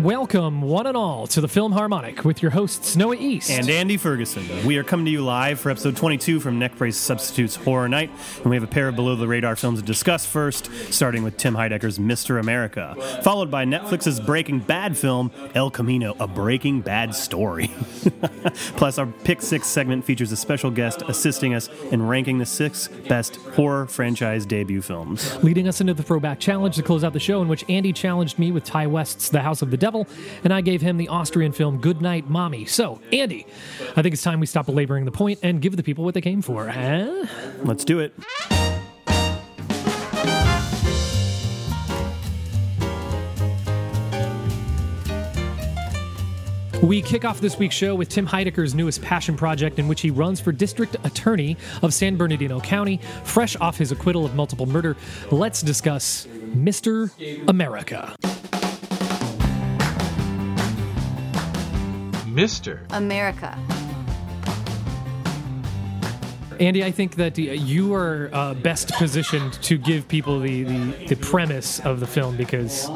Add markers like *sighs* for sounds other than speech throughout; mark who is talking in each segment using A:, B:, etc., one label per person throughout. A: Welcome, one and all, to the Film Harmonic with your hosts Noah East
B: And Andy Ferguson. We are coming to you live for episode 22 from Neck Brace Substitutes Horror Night, and we have a pair of below the radar films to discuss first, starting with Tim Heidecker's Mr. America, followed by Netflix's Breaking Bad film, El Camino, a Breaking Bad story. *laughs* Plus, our Pick Six segment features a special guest assisting us in ranking the six best horror franchise debut films.
A: leading us into the throwback challenge to close out the show, in which Andy challenged me with Ty West's The House of the Devil, and I gave him the Austrian film Goodnight Mommy. So, Andy, I think it's time we stop belaboring the point and give the people what they came for. Huh?
B: Let's do it.
A: We kick off this week's show with Tim Heidecker's newest passion project, in which he runs for district attorney of San Bernardino County, fresh off his acquittal of multiple murder. Let's discuss Mr. America.
C: Mr.
D: America.
A: Andy, I think that uh, you are uh, best positioned to give people the, the, the premise of the film because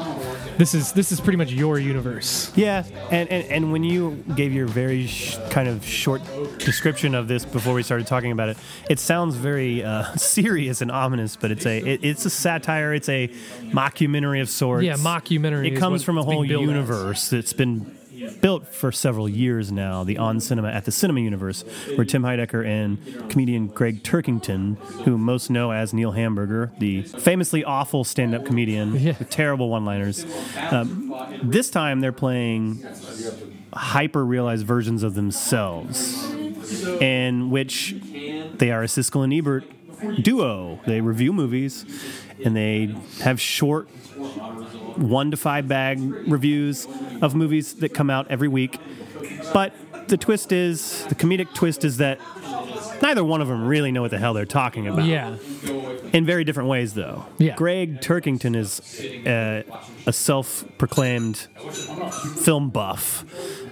A: this is this is pretty much your universe.
B: Yeah, and, and, and when you gave your very sh- kind of short description of this before we started talking about it, it sounds very uh, *laughs* serious and ominous, but it's a it, it's a satire, it's a mockumentary of sorts.
A: Yeah, mockumentary
B: It
A: is
B: comes
A: what
B: from a
A: it's being
B: whole
A: billed as.
B: universe that's been built for several years now. The on cinema at the cinema universe, where Tim Heidecker and comedian Greg Turkington, who most know as Neil Hamburger, the famously awful stand-up comedian
A: Yeah.
B: with terrible one-liners, um, this time they're playing hyper realized versions of themselves, in which they are a Siskel and Ebert duo. They review movies and they have short one to five bag reviews of movies that come out every week. But the twist is the comedic twist is that neither one of them really know what the hell they're talking about
A: Yeah,
B: in very different ways, though.
A: Yeah.
B: Greg Turkington is uh, a self-proclaimed film buff,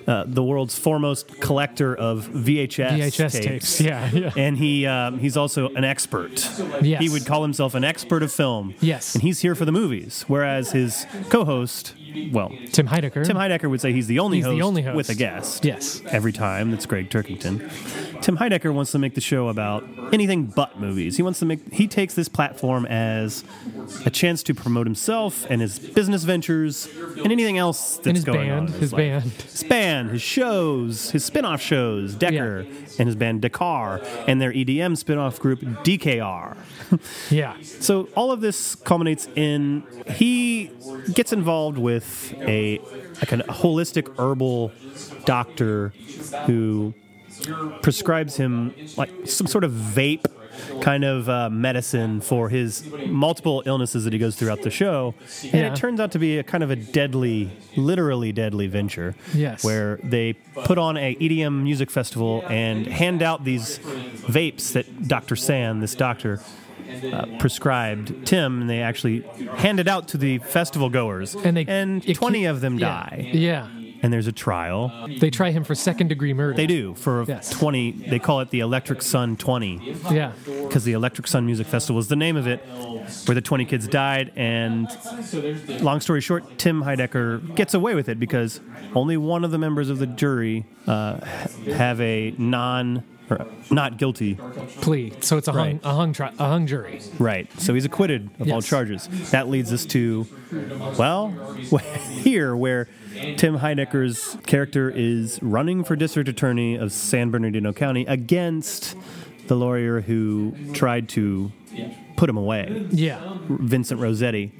B: uh, the world's foremost collector of VHS
A: VHS tapes. Yeah, yeah.
B: And he um, he's also an expert.
A: Yes.
B: He would call himself an expert of film.
A: Yes.
B: And he's here for the movies, whereas his co-host, well,
A: Tim Heidecker.
B: Tim Heidecker would say he's the only,
A: He's the
B: host,
A: only host.
B: with a guest.
A: Yes.
B: Every time, that's Greg Turkington. Tim Heidecker wants to make the show about anything but movies. He wants to make he takes this platform as a chance to promote himself and his business ventures and anything else that's
A: and his
B: going on.
A: band,
B: in
A: his
B: life.
A: band.
B: His band, his shows, his spin-off shows, Decker and his band Dakar and their EDM spin-off group DKR.
A: Yeah,
B: So all of this culminates in he gets involved with a like a holistic herbal doctor who prescribes him like some sort of vape kind of uh, medicine for his multiple illnesses that he goes throughout the show and
A: Yeah.
B: it turns out to be a kind of a deadly literally deadly venture
A: Yes.
B: where they put on a EDM music festival and hand out these vapes that Dr. San this doctor uh, prescribed Tim, and they actually hand it out to the festival goers,
A: and they it
B: 20
A: keep-
B: of them
A: yeah,
B: die.
A: Yeah,
B: And there's a trial.
A: they try him for second degree murder.
B: They do for
A: Yes.
B: 20. They call it the Electric Sun 20
A: Yeah,
B: because the Electric Sun Music Festival is the name of it, where the 20 kids died. And long story short, Tim Heidecker gets away with it because only one of the members of the jury uh, have a non or not guilty
A: plea. So it's a hung,
B: Right.
A: a hung, tri- a hung jury.
B: Right. So he's acquitted of all
A: Yes.
B: charges. That leads us to, well, *laughs* here where Tim Heidecker's character is running for district attorney of San Bernardino County against the lawyer who tried to put him away,
A: Yeah,
B: Vincent Rossetti,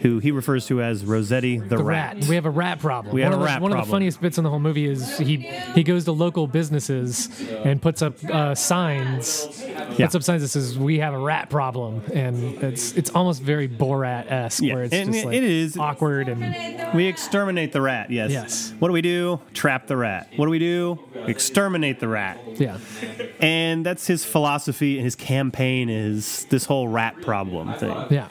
B: who he refers to as Rossetti the,
A: the rat. We have a rat problem.
B: We
A: one of
B: have a
A: the,
B: rat
A: One of the
B: problem.
A: funniest bits in the whole movie is he he goes to local businesses and puts up uh, signs.
B: Yeah.
A: Puts up signs that says "We have a rat problem," and it's it's almost very Borat esque,
B: Yeah,
A: where it's
B: and
A: just
B: it-
A: like
B: it is.
A: awkward and
B: We exterminate the rat, yes.
A: Yes.
B: What do we do? Trap the rat. What do we do? Exterminate the rat.
A: yeah,
B: And that's his philosophy and his campaign is this whole rat problem thing.
A: yeah,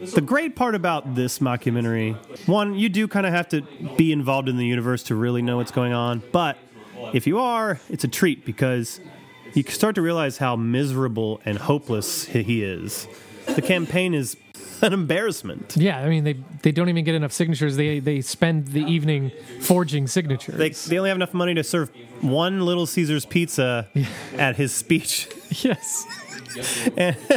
B: The great part about this mockumentary, one, you do kind of have to be involved in the universe to really know what's going on. But if you are, it's a treat because you start to realize how miserable and hopeless he he is. *laughs* The campaign is an embarrassment.
A: Yeah, I mean they they don't even get enough signatures. They they spend the evening forging signatures. *laughs*
B: They, they only have enough money to serve one Little Caesars pizza at his speech,
A: yes.
B: and, *laughs*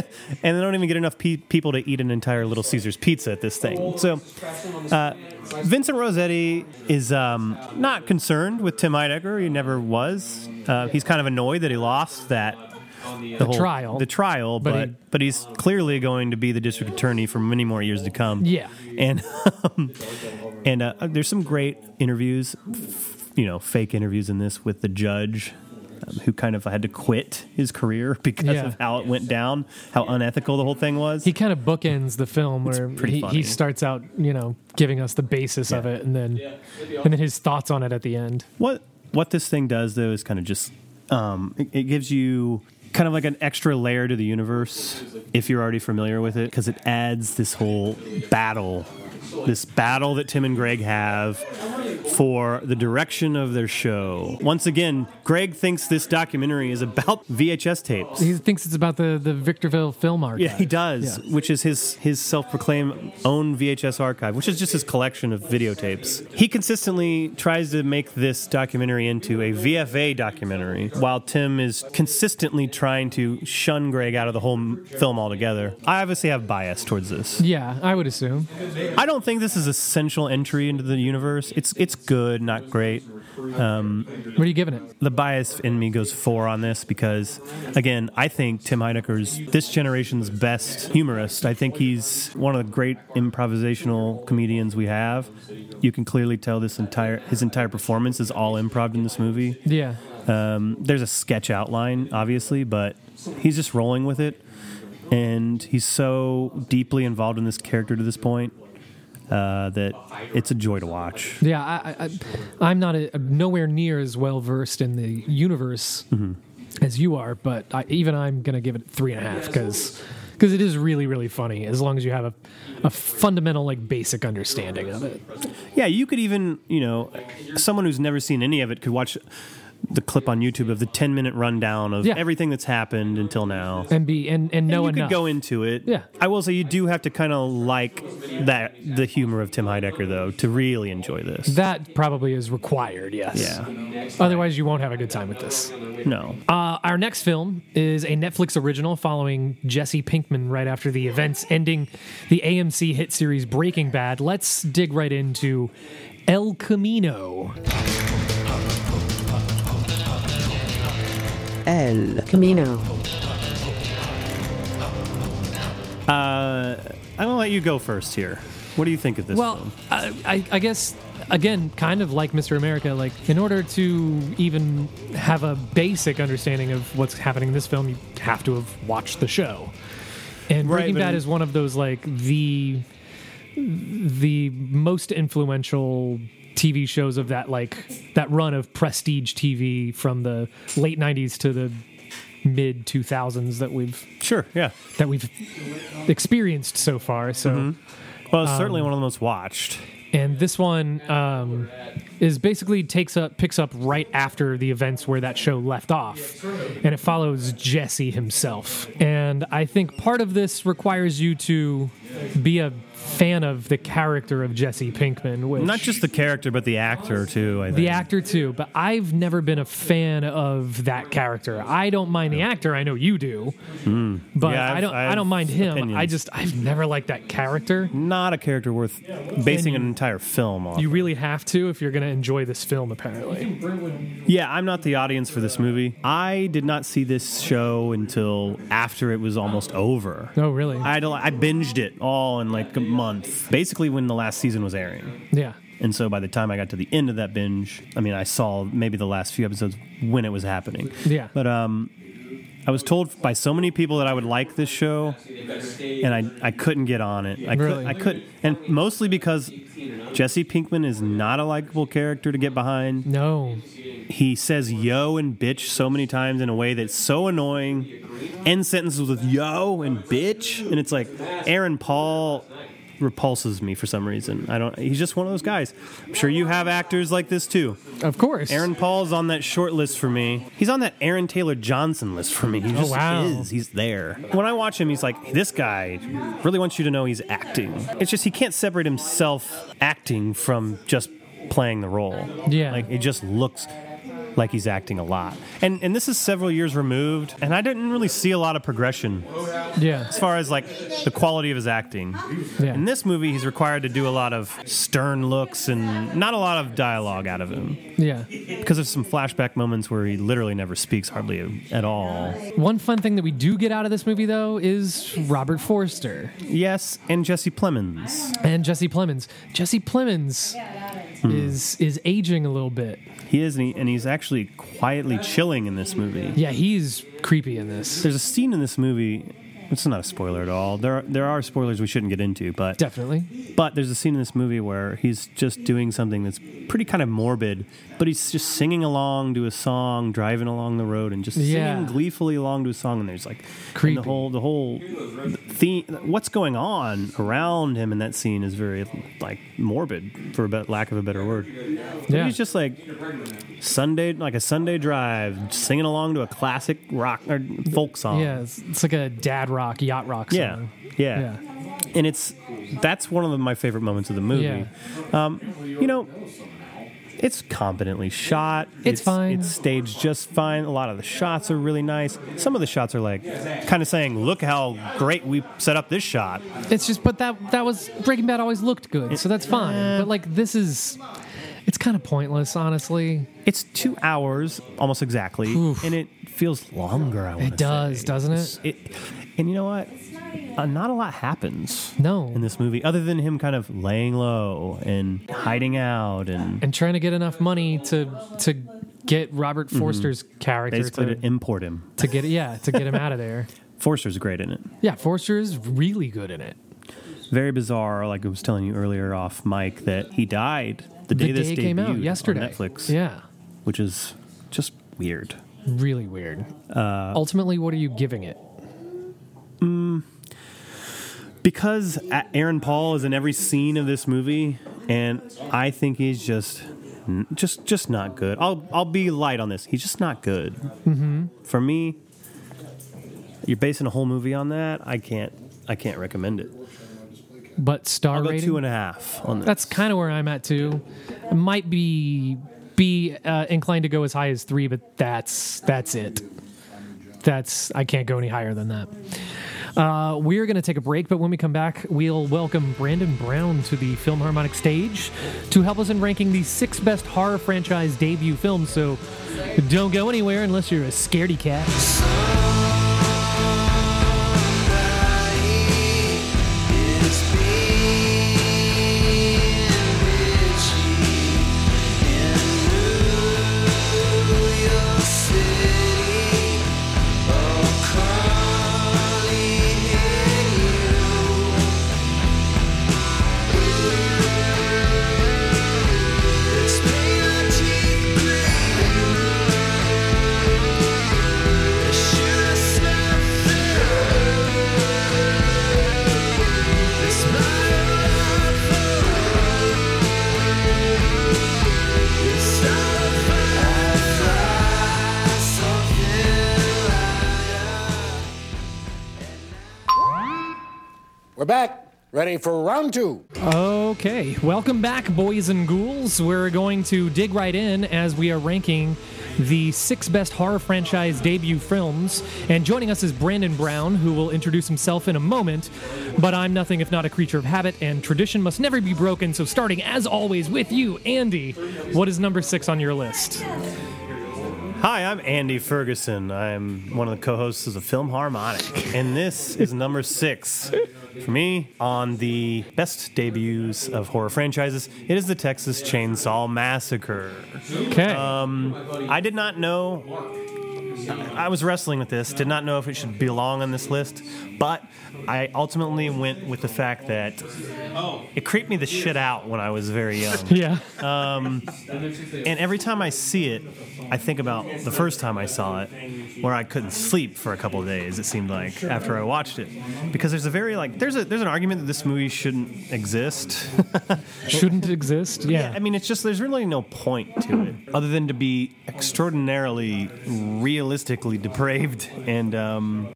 B: and they don't even get enough pe- people to eat an entire Little Caesars pizza at this thing. So, uh, Vincent Rossetti is um, not concerned with Tim Heidecker. He never was. Uh, he's kind of annoyed that he lost that the, whole,
A: trial.
B: The trial, but
A: But
B: but,
A: he-
B: he's clearly going to be the district attorney for many more years to come.
A: Yeah.
B: and um, and uh, there's some great interviews, f- you know, fake interviews in this with the judge. Um, who kind of had to quit his career *laughs* because
A: Yeah.
B: of how it went down, how unethical the whole thing was.
A: He kind of bookends the film where
B: pretty
A: he,
B: funny.
A: he starts out, you know, giving us the basis of it, and then and then his thoughts on it at the end.
B: What what this thing does though is kind of just um, it, it gives you kind of like an extra layer to the universe if you're already familiar with it because it adds this whole battle, this battle that Tim and Greg have for the direction of their show. Once again, Greg thinks this documentary is about VHS tapes.
A: He thinks it's about the the Victorville film archive.
B: Yeah, he does, which is his his self-proclaimed own VHS archive, which is just his collection of videotapes. He consistently tries to make this documentary into a VFA documentary, while Tim is consistently trying to shun Greg out of the whole m- film altogether. I obviously have bias towards this.
A: Yeah, I would assume.
B: I don't think this is essential entry into the universe. It's it's good, not great.
A: What are you giving it?
B: the bias in me goes four on this because, again, I think Tim Heidecker's this generation's best humorist. I think he's one of the great improvisational comedians we have. You can clearly tell this entire his entire performance is all improv in this movie.
A: Yeah,
B: Um, there's a sketch outline, obviously, but he's just rolling with it, and he's so deeply involved in this character to this point uh, that it's a joy to watch.
A: yeah. I, I- I, I'm not a, nowhere near as well versed in the universe as you are, but I, even I'm gonna give it three and a half because because it is really really funny as long as you have a a fundamental like basic understanding of it.
B: Yeah, you could even, you know, someone who's never seen any of it could watch the clip on YouTube of the 10 minute rundown of
A: Yeah.
B: everything that's happened until now.
A: And be and and know
B: you
A: enough.
B: could go into it.
A: Yeah.
B: I will say you do have to kind of like that the humor of Tim Heidecker though to really enjoy this.
A: that probably is required. Yes.
B: yeah.
A: Otherwise, you won't have a good time with this.
B: No.
A: Uh, our next film is a Netflix original following Jesse Pinkman right after the events ending the AMC hit series Breaking Bad. Let's dig right into El Camino.
C: El Camino.
B: I'm going to let you go first here. What do you think of this
A: Well,
B: film?
A: I, I, I guess again, kind of like Mr. America, like in order to even have a basic understanding of what's happening in this film, you have to have watched the show. And
B: Right,
A: Breaking
B: but
A: Bad
B: in-
A: is one of those like the the most influential TV shows of that like that run of prestige TV from the late '90s to the mid 2000s that we've
B: Sure, yeah.
A: that we've experienced so far. So.
B: Mm-hmm. Well, it's certainly
A: um,
B: one of the most watched.
A: and this one um, is basically takes up picks up right after the events where that show left off and it follows jesse himself and i think part of this requires you to be a fan of the character of jesse pinkman which
B: Not just the character but the actor too, I think.
A: the actor too but i've never been a fan of that character i don't mind the actor i know you do but
B: Hmm. Yeah, I've-
A: i don't I,
B: I've
A: don't mind him i
B: opinions.
A: just i've never liked that character
B: Not a character worth basing an entire film on.
A: you really have to if you're going to enjoy this film apparently
B: Yeah, I'm not the audience for this movie. I did not see this show until after it was almost over.
A: Oh, really?
B: I, had a- I binged it all in like a month, basically when the last season was airing.
A: yeah.
B: And so by the time I got to the end of that binge, I mean, I saw maybe the last few episodes when it was happening.
A: Yeah.
B: But um, I was told by so many people that I would like this show, and I, I couldn't get on it. I
A: Really?
B: could, I couldn't. And mostly because Jesse Pinkman is not a likable character to get behind
A: No.
B: he says yo and bitch so many times in a way that's so annoying. End sentences with yo and bitch. And it's like Aaron Paul repulses me for some reason. I don't. He's just one of those guys. I'm sure you have actors like this too.
A: Of course.
B: Aaron Paul's on that short list for me. He's on that Aaron Taylor Johnson list for me. He just
A: wow.
B: is. He's there. When I watch him, he's like, this guy really wants you to know he's acting. It's just he can't separate himself acting from just playing the role.
A: Yeah.
B: Like it just looks like he's acting a lot. And and this is several years removed, and I didn't really see a lot of progression
A: yeah.
B: as far as like the quality of his acting.
A: Yeah.
B: In this movie, he's required to do a lot of stern looks and not a lot of dialogue out of him
A: yeah.
B: because of some flashback moments where he literally never speaks hardly at all.
A: One fun thing that we do get out of this movie, though, is Robert Forster
B: Yes, and Jesse Plemons.
A: and Jesse Plemons. Jesse Plemons
B: Hmm.
A: is is aging a little bit.
B: He is, and, he, and he's actually quietly chilling in this movie.
A: Yeah, he's creepy in this.
B: There's a scene in this movie. It's not a spoiler at all. There, are, there are spoilers we shouldn't get into, but
A: Definitely.
B: But there's a scene in this movie where he's just doing something that's pretty kind of morbid, but he's just singing along to a song, driving along the road, and just
A: Yeah.
B: singing gleefully along to a song. And there's like and
A: Creepy.
B: the whole the whole theme. What's going on around him in that scene is very like morbid, for a bit, lack of a better word. But
A: Yeah.
B: He's just like Sunday, like a Sunday drive, singing along to a classic rock or folk song.
A: Yeah, it's, it's like a dad rock, yacht rock song.
B: Yeah, yeah, and it's that's one of the, my favorite moments of the movie.
A: Yeah.
B: You know, it's competently shot. It's,
A: fine.
B: It's staged just fine. A lot of the shots are really nice. Some of the shots are like kind of saying, "Look how great we set up this shot."
A: It's just, but that that was Breaking Bad always looked good, so that's fine. But like this is, it's kind of pointless, honestly.
B: It's two hours almost exactly,
A: Oof.
B: and it feels longer. I want
A: It does, doesn't it?
B: It, and you know what? Uh, not a lot happens.
A: No.
B: In this movie, other than him kind of laying low and hiding out, and
A: And trying to get enough money to to get Robert Forster's character
B: Mm-hmm. basically
A: to,
B: to import him.
A: to get yeah to get him out of
B: *laughs*
A: there.
B: Forster's great in it.
A: Yeah, Forster is really good in it.
B: very bizarre. Like I was telling you earlier off mic that he died the day
A: the
B: this
A: day it
B: debuted
A: came out
B: on
A: yesterday.
B: Netflix,
A: Yeah,
B: which is just weird.
A: really weird.
B: Uh,
A: Ultimately, what are you giving it?
B: Because A- Aaron Paul is in every scene of this movie, and I think he's just, just, just not good. I'll, I'll be light on this. He's just not good. Mm-hmm. For me, you're basing a whole movie on that. I can't, I can't recommend it.
A: But star
B: I'll go
A: rating.
B: two and a half on this.
A: That's kind of where I'm at too. I might be be uh, inclined to go as high as three, but that's that's it. That's I can't go any higher than that. Uh, we're going to take a break, but when we come back, we'll welcome Brandon Brown to the Film Harmonic stage to help us in ranking the six best horror franchise debut films. So don't go anywhere unless you're a scaredy cat.
C: We're back, ready for round two.
A: Okay, welcome back, boys and ghouls. We're going to dig right in as we are ranking the six best horror franchise debut films. And joining us is Brandon Brown, who will introduce himself in a moment. But I'm nothing if not a creature of habit, and tradition must never be broken. So, starting as always with you, Andy, what is number six on your list?
B: Hi, I'm Andy Ferguson. I'm one of the co-hosts of the Film Harmonic, and this is number six for me on the best debuts of horror franchises. It is the Texas
A: Um,
B: Chainsaw Massacre.
A: Okay.
B: I did not know I was wrestling with this, did not know if it should belong on this list, but I ultimately went with the fact that it creeped me the shit out when I was very young.
A: Yeah. *laughs*
B: And every time I see it, I think about the first time I saw it, where I couldn't sleep for a couple of days. It seemed like after I watched it, because there's a very like there's a there's an argument that this movie shouldn't exist.
A: Shouldn't it exist? Yeah.
B: I mean, it's just there's really no point to it other than to be extraordinarily, realistically depraved and um,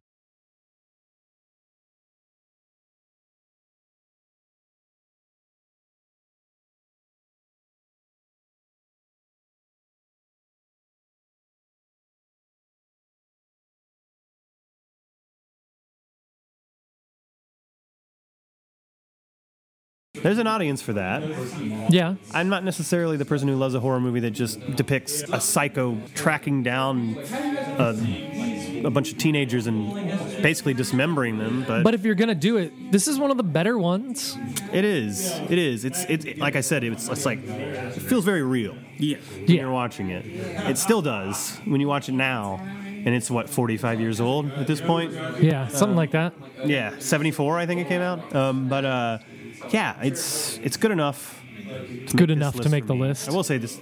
B: there's an audience for that.
A: yeah.
B: I'm not necessarily the person who loves a horror movie that just depicts a psycho tracking down uh, a, a bunch of teenagers and basically dismembering them. But,
A: But if you're gonna do it, this is one of the better ones.
B: it is, it is, it's it's it, like I said, it's it's like it feels very real
E: Yeah.
B: when
A: Yeah.
B: you're watching it. It still does when you watch it now, and it's what 45 years old at this point.
A: Yeah, something like that.
B: Yeah, 74, I think it came out. Um, but uh, yeah, it's it's good enough. It's
A: good enough to make the list.
B: I will say this: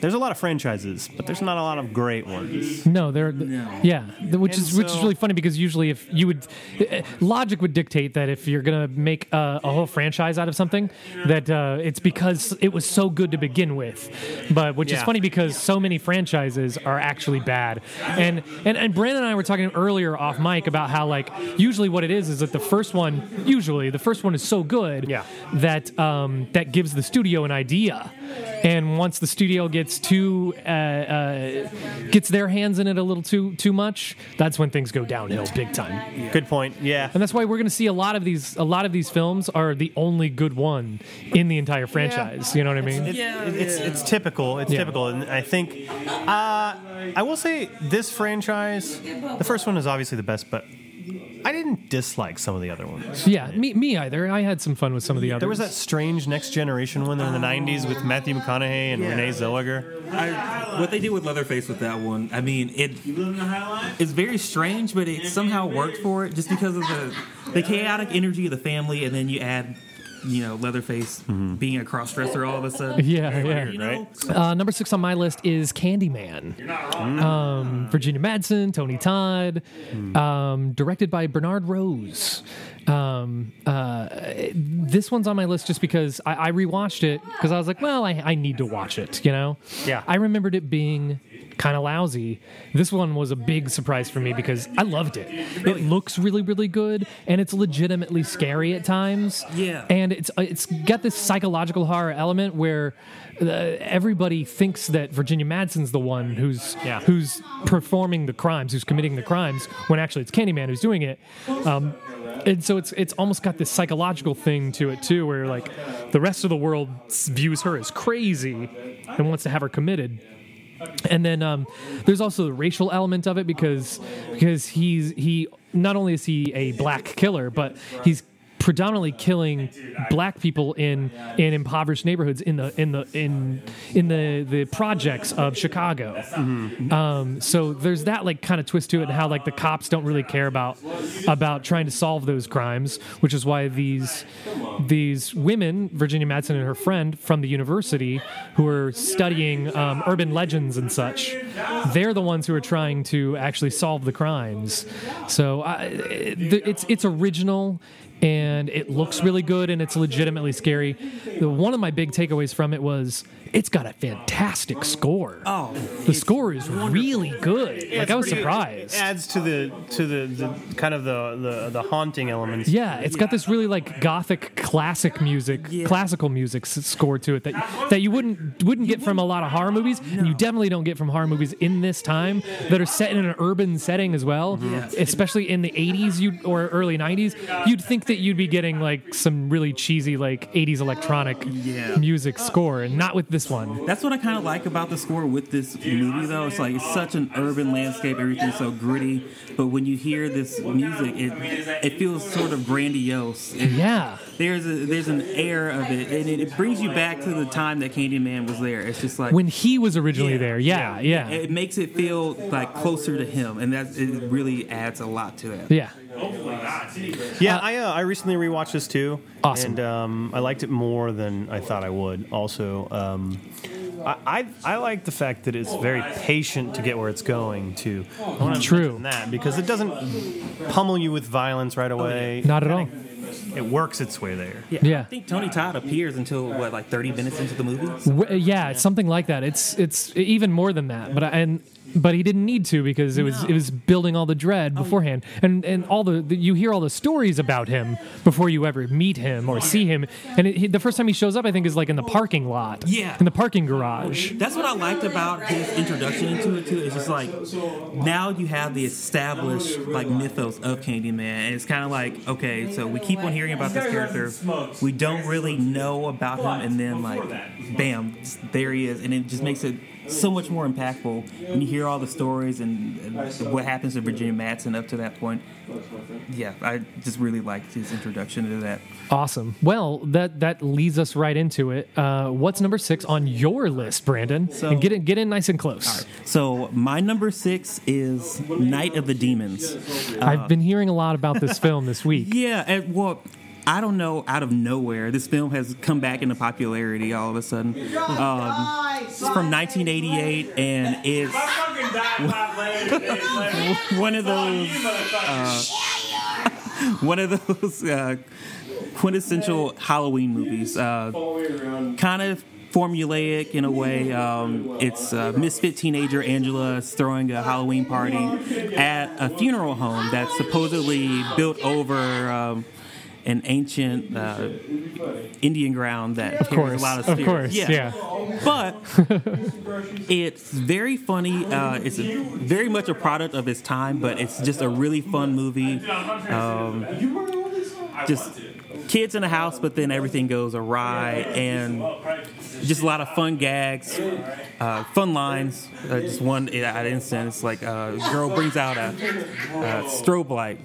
B: there's a lot of franchises, but there's not a lot of great ones.
A: No, they're yeah, th- which
B: And
A: is which is
B: so-
A: really funny because usually if you would eh, logic would dictate that if you're gonna make a, a whole franchise out of something that uh, it's because it was so good to begin with, but which is
B: Yeah.
A: funny because so many franchises are actually bad. And and and Brandon and I were talking earlier off mic about how like usually what it is is that the first one usually the first one is so good
B: Yeah.
A: that um, that gives the studio an idea. And once the studio gets too uh, uh, gets their hands in it a little too too much, that's when things go downhill big time.
B: Good point. Yeah,
A: And that's why we're going to see a lot of these a lot of these films are the only good one in the entire franchise. You know what I mean?
B: It- it's it's typical. It's
A: Yeah.
B: typical, and I think uh, I will say this franchise. The first one is obviously the best, but I didn't dislike some of the other ones.
A: yeah, me, me either. I had some fun with some of the others.
B: There was that strange Next Generation one in the '90s with Matthew McConaughey and Renee Zellweger.
F: I, what they did with Leatherface with that one, I mean, it it's very strange, but it somehow worked for it just because of the the chaotic energy of the family, and then you add, you know, Leatherface being a cross dresser all of a sudden.
A: *laughs* Yeah, Mm-hmm. yeah.
F: You know?
A: Uh, number six on my list is Candyman. Um, Virginia Madsen, Tony Todd, um, directed by Bernard Rose. Um, uh, this one's on my list just because I, I rewatched it because I was like, well, I, I need to watch it, you know?
B: Yeah.
A: I remembered it being kind of lousy. This one was a big surprise for me because I loved it. It looks really, really good and it's legitimately scary at times
F: Yeah.
A: and it's uh, it's got this psychological horror element where uh, everybody thinks that Virginia Madsen's the one who's
B: Yeah.
A: who's performing the crimes, who's committing the crimes, when actually it's Candyman who's doing it. Um, and so it's it's almost got this psychological thing to it too, where like the rest of the world s- views her as crazy and wants to have her committed. *laughs* And then um, there's also the racial element of it because because he's he not only is he a black killer, but he's predominantly killing black people in in impoverished neighborhoods in the in the in in the the projects of Chicago. Um, so there's that like kind of twist to it, and how like the cops don't really care about about trying to solve those crimes, which is why these these women, Virginia Madsen and her friend from the university, who are studying um, urban legends and such, they're the ones who are trying to actually solve the crimes. So I, it, it's it's original. And it looks really good, and it's legitimately scary. The- One of my big takeaways from it was it's got a fantastic score.
F: Oh,
A: The score is really good. like I was
B: It
A: surprised.
B: adds to the to the, the kind of the, the the haunting elements.
A: yeah, it's got this really like gothic classic music, classical music s- score to it that that you wouldn't wouldn't get from a lot of horror movies, and you definitely don't get from horror movies in this time that are set in an urban setting as well. Especially in the '80s, you or early '90s, you'd think that you'd be getting like some really cheesy like '80s electronic music score, and not with this one.
F: That's what I kind of like about the score with this movie, though. It's like it's such an urban landscape, everything's so gritty. But when you hear this music, it it feels sort of grandiose. And
A: Yeah.
F: There's a, there's an air of it, and it, it brings you back to the time that Candyman was there. It's just like
A: When he was originally there. Yeah, yeah.
F: It makes it feel like closer to him, and that it really adds a lot to that.
A: yeah.
B: Yeah, I uh, I recently rewatched this too.
A: Awesome.
B: And um, I liked it more than I thought I would. Also, um, I, I I like the fact that it's very patient to get where it's going to.
A: Mm, True.
B: That because it doesn't pummel you with violence right away.
A: Oh, Not at all.
B: It works its way there.
A: Yeah.
F: I think Tony Todd appears until what, like 30 minutes into the movie.
A: W- yeah, it's something like that. It's it's even more than that. But I, and but he didn't need to because it was it was building all the dread
F: Oh,
A: beforehand, and and all the, the you hear all the stories about him before you ever meet him or see him. And it, he, the first time he shows up, I think, is like in the parking lot.
F: Yeah.
A: in the parking garage.
F: That's what I liked about his introduction into it too. It's just like now you have the established like mythos of Candyman, and it's kind of like okay, so we keep on hearing about this character, we don't really know about him, and then like, bam, there he is, and it just makes it so much more impactful. And you hear all the stories and, and what happens to Virginia Madsen up to that point. Yeah, I just really liked his introduction to that.
A: Awesome. Well, that that leads us right into it. Uh, what's number six on your list, Brandon?
F: So-
A: and get in get in nice and close.
F: So my number six is Night of the Demons.
A: I've been hearing a lot about
F: *laughs*
A: this film this week.
F: Yeah, and well, I don't know. Out of nowhere, this film has come back into popularity all of a sudden. Um, it's from 1988, and it's
G: fucking died five legs. Fuck
F: *laughs* one of those
G: you, motherfucker.
F: *laughs* one of those uh, quintessential Halloween movies. Uh, kind of formulaic in a way. Um, it's uh, misfit teenager Angela is throwing a Halloween party at a funeral home that's supposedly built over. Um, an ancient uh, Indian ground that
A: Of
F: carries
A: course,
F: a lot of
A: of
F: spirits.
A: course, yeah. *laughs*
F: But it's very funny. Uh, it's very much a product of its time, but it's just a really fun movie. Um, just kids in the house, but then everything goes awry, and just a lot of fun gags, uh, fun lines. Uh, just one at instant, it's like uh, a girl brings out a, a strobe light,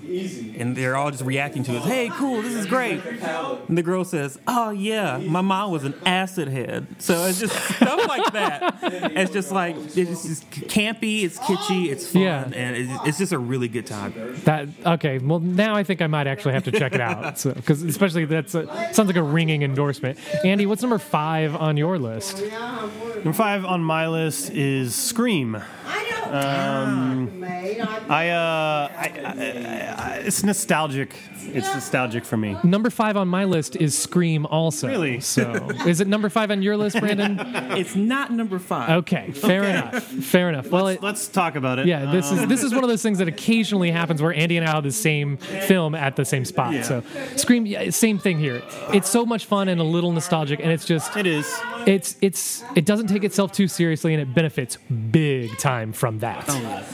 F: and they're all just reacting to it. Hey, cool, this is great. And the girl says, "Oh yeah, my mom was an acid head." So it's just *laughs* stuff like that. It's just like it's just campy, it's kitschy, it's fun,
A: Yeah.
F: and it's- it's just a really good time.
A: That okay? Well, now I think I might actually have to check it out. So, because especially that's a, sounds like a ringing endorsement. Andy, what's number five on your list?
B: Number five on my list is Scream. Um, I, uh, I, I, I, I it's nostalgic. It's nostalgic for me.
A: Number five on my list is Scream. Also,
B: Really?
A: So, is it number five on your list,
B: *laughs*
A: Brandon?
F: It's not number five.
A: Okay, fair enough. Fair enough. Well, it,
B: Let's talk about it. Um,
A: yeah, this is this is one of those things that occasionally happens where Andy and I have the same film at the same spot. So, Scream, yeah, same thing here. It's so much fun and a little nostalgic, and it's just
B: It is.
A: it's it's it doesn't take itself too seriously, and it benefits big time from that.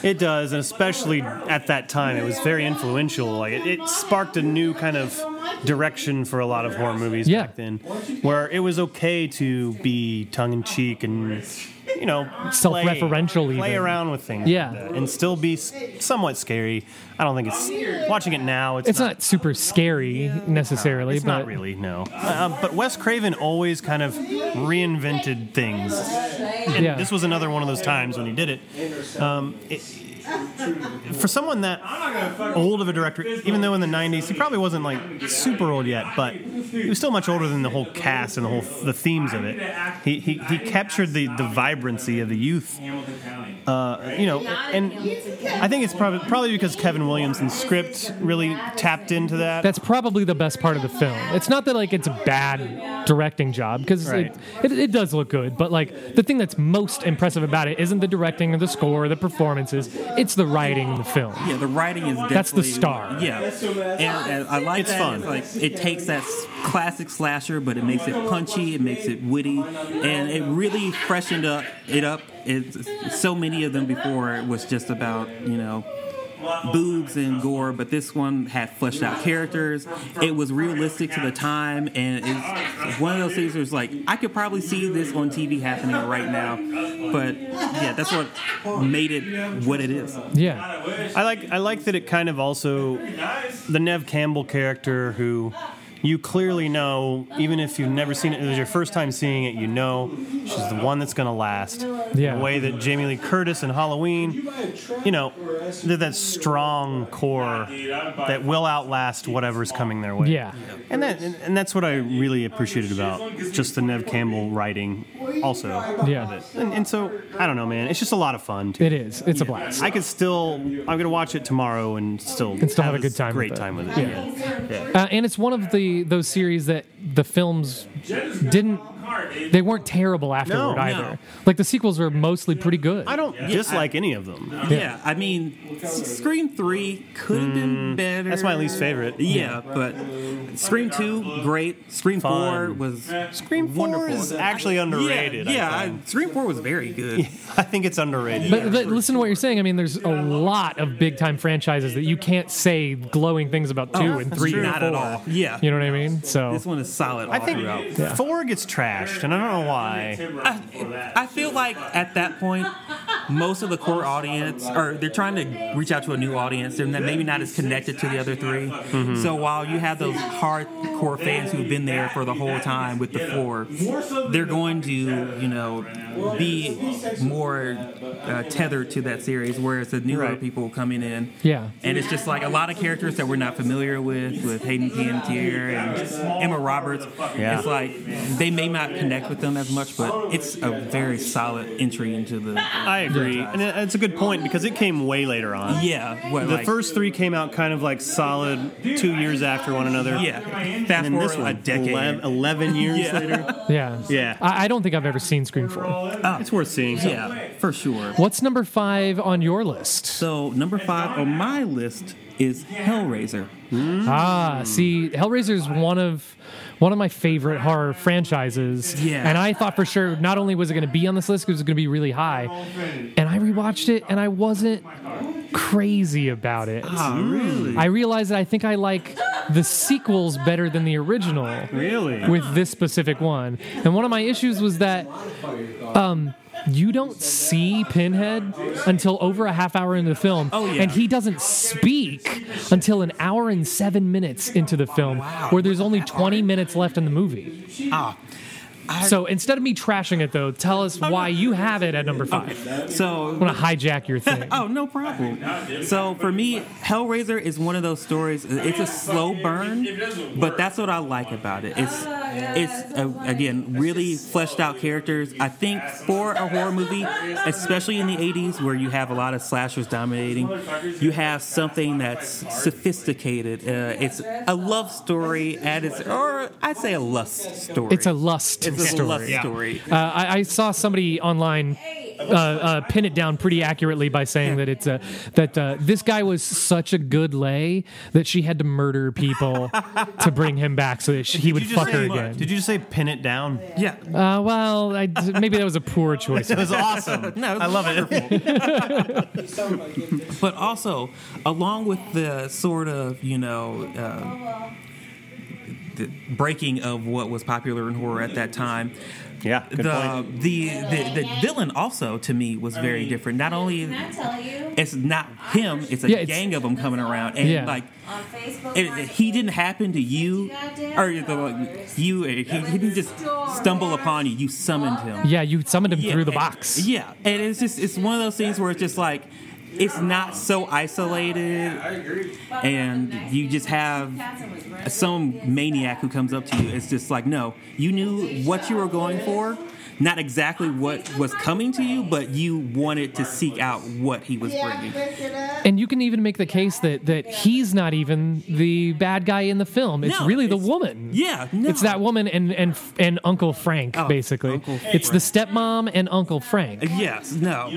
B: It does, and especially at that time, it was very influential. Like it, it sparked a new kind of direction for a lot of horror movies
A: Yeah.
B: back then, where it was okay to be tongue in cheek and you know play-
A: Self-referential
B: play
A: even.
B: around with things,
A: Yeah.
B: like that, and still be s- somewhat scary. I don't think it's watching it now. It's,
A: It's not super scary necessarily,
B: It's
A: but
B: not really no, um, but Wes Craven always kind of reinvented things. And
A: Yeah.
B: this was another one of those times when he did it. Um, it for someone that old of a director, even though in the '90s he probably wasn't like super old yet, but he was still much older than the whole cast and the whole the themes of it. He he, he captured the, the vibrancy of the youth, uh, you know, and I think it's probably probably because Kevin Williamson's script really tapped into that.
A: that's probably the best part of the film. It's not that like it's a bad directing job because
B: Right.
A: it, it, it does look good, but like the thing that's most impressive about it isn't the directing or the score or the performances. It's the writing in the film.
F: Yeah, the writing is definitely
A: That's the star.
F: Yeah, and, and I like
B: It's
F: that.
B: fun.
F: Like it takes that s- classic slasher, but it makes it punchy, it makes it witty, and it really freshened up it up. It's, so many of them before was just about you know boobs and gore, but this one had fleshed out characters. It was realistic to the time, and it's one of those things where it's like I could probably see this on TV happening right now. But yeah, that's what made it what it is.
A: Yeah.
B: I like I like that it kind of also the Nev Campbell character who you clearly know even if you've never seen it, it was your first time seeing it, you know she's the one that's going to last.
A: Yeah.
B: The way that Jamie Lee Curtis in Halloween, you know, that that strong core that will outlast whatever's coming their way.
A: Yeah.
B: And that and, and that's what I really appreciated about just the Nev Campbell writing also.
A: Yeah.
B: And, and so I don't know, man. It's just a lot of fun. To,
A: It is. It's a blast.
B: I could still. I'm gonna watch it tomorrow and still
A: And still have a good time
B: Great
A: with it.
B: time with it. Yeah.
A: Uh, and it's one of the those series that the films didn't. They weren't terrible afterward
B: No,
A: either.
F: no.
A: Like the sequels were mostly pretty good.
B: I don't dislike any of them.
F: Yeah, I mean, Scream Three could have been better.
B: Mm, That's my least favorite.
F: Yeah, but Scream Two, great. Scream Four
B: Fun.
F: was
B: Scream Four
F: wonderful.
B: is actually underrated.
F: Yeah, yeah
B: I,
F: I-
B: think.
F: Scream Four was very good.
B: I think it's underrated.
A: But, but listen to what you're saying. I mean, there's a lot of big time franchises that you can't say glowing things about two and three and
F: Oh, not
A: four.
F: at all. Yeah,
A: You know what I mean? So
F: this one is solid all
B: I think
F: throughout.
B: four gets trashed, and I don't know why.
F: I, I feel like at that point, most of the core audience, or they're trying to reach out to a new audience, they're not- maybe not as connected to the other 3 So while you have those hardcore fans who've been there for the whole time with the four, they're going to, you know, be more uh, tethered to that series, whereas the newer
B: Right.
F: people coming in.
A: yeah,
F: And it's just like a lot of characters that we're not familiar with, with Hayden Panettiere and Emma Roberts.
B: Yeah.
F: It's like they may not connect with them as much, but it's a very solid entry into the.
B: I agree, and it- it's a good point because it came way later on.
F: Yeah, what,
B: The
F: like,
B: first three came out kind of like solid two years after one another.
F: Yeah,
B: And
F: fast
B: then
F: forward
B: this one,
F: a decade.
B: 11, 11 years
F: *laughs*
B: later.
A: yeah,
B: Yeah.
A: I, I don't think I've ever seen Scream Four.
B: It's worth seeing.
F: Oh, Yeah, for sure.
A: What's number five on your list?
F: So number five on my list is Hellraiser.
A: Ah, see, Hellraiser is one of one of my favorite horror franchises.
F: Yeah.
A: And I thought for sure not only was it going to be on this list, 'cause it was going to be really high. And I rewatched it, and I wasn't crazy about it.
F: really?
A: I realized that I think I like the sequels better than the original
B: Really?
A: with this specific one. And one of my issues was that um, you don't see Pinhead until over a half hour into the film.
F: Oh, yeah.
A: And he doesn't speak until an hour and seven minutes into the film, where there's only 20 minutes left in the movie.
F: Ah.
A: So instead of me trashing it, though, tell us why you have it at number five.
F: So
A: I want to hijack your
F: *laughs*
A: thing.
F: Oh, no problem. So for me, Hellraiser is one of those stories. It's a slow burn, but that's what I like about it. It's it's uh again really fleshed out characters. I think for a horror movie, especially in the 80s where you have a lot of slashers dominating, you have something that's sophisticated. Uh, it's a love story at its or I'd say a lust story.
A: It's a lust
F: it's a
A: story.
F: lust story.
A: Uh, I, I saw somebody online uh, uh, pin it down pretty accurately by saying that it's uh, that uh, this guy was such a good lay that she had to murder
F: *laughs*
A: people to bring him back so that she, he
B: Did
A: would
B: you just
A: fuck her
B: say-
A: again.
B: Did you just say pin it down?
F: Yeah.
A: Uh, well, I, maybe that was a poor choice.
B: That was
F: *laughs*
B: awesome.
F: No,
B: I love it.
F: but also along with the sort of you know uh, the breaking of what was popular in horror at that time
B: Yeah,
F: the,
B: good
F: the
B: point.
F: the the villain also to me was very different not only
H: Can I tell you?
F: it's not him it's a
A: Yeah, it's-
F: gang of them coming around and
A: Yeah.
F: like
H: On Facebook
F: it, it- he didn't happen to you or the, like, you he, he didn't just stumble upon you you summoned him
A: Yeah, you summoned him through the
F: and-
A: box.
F: Yeah, and it's just it's one of those things where it's just like it's not so isolated, and you just have some maniac who comes up to you. It's just like no, you knew what you were going for. Not exactly what was coming to you, but you wanted to seek out what he was bringing.
A: And you can even make the case that that he's not even the bad guy in the film. It's
F: No,
A: really the
F: it's-
A: woman.
F: Yeah, no.
A: It's that woman and and and Uncle Frank
F: Oh,
A: basically.
F: Uncle
A: It's the stepmom and Uncle Frank.
F: Yes, no.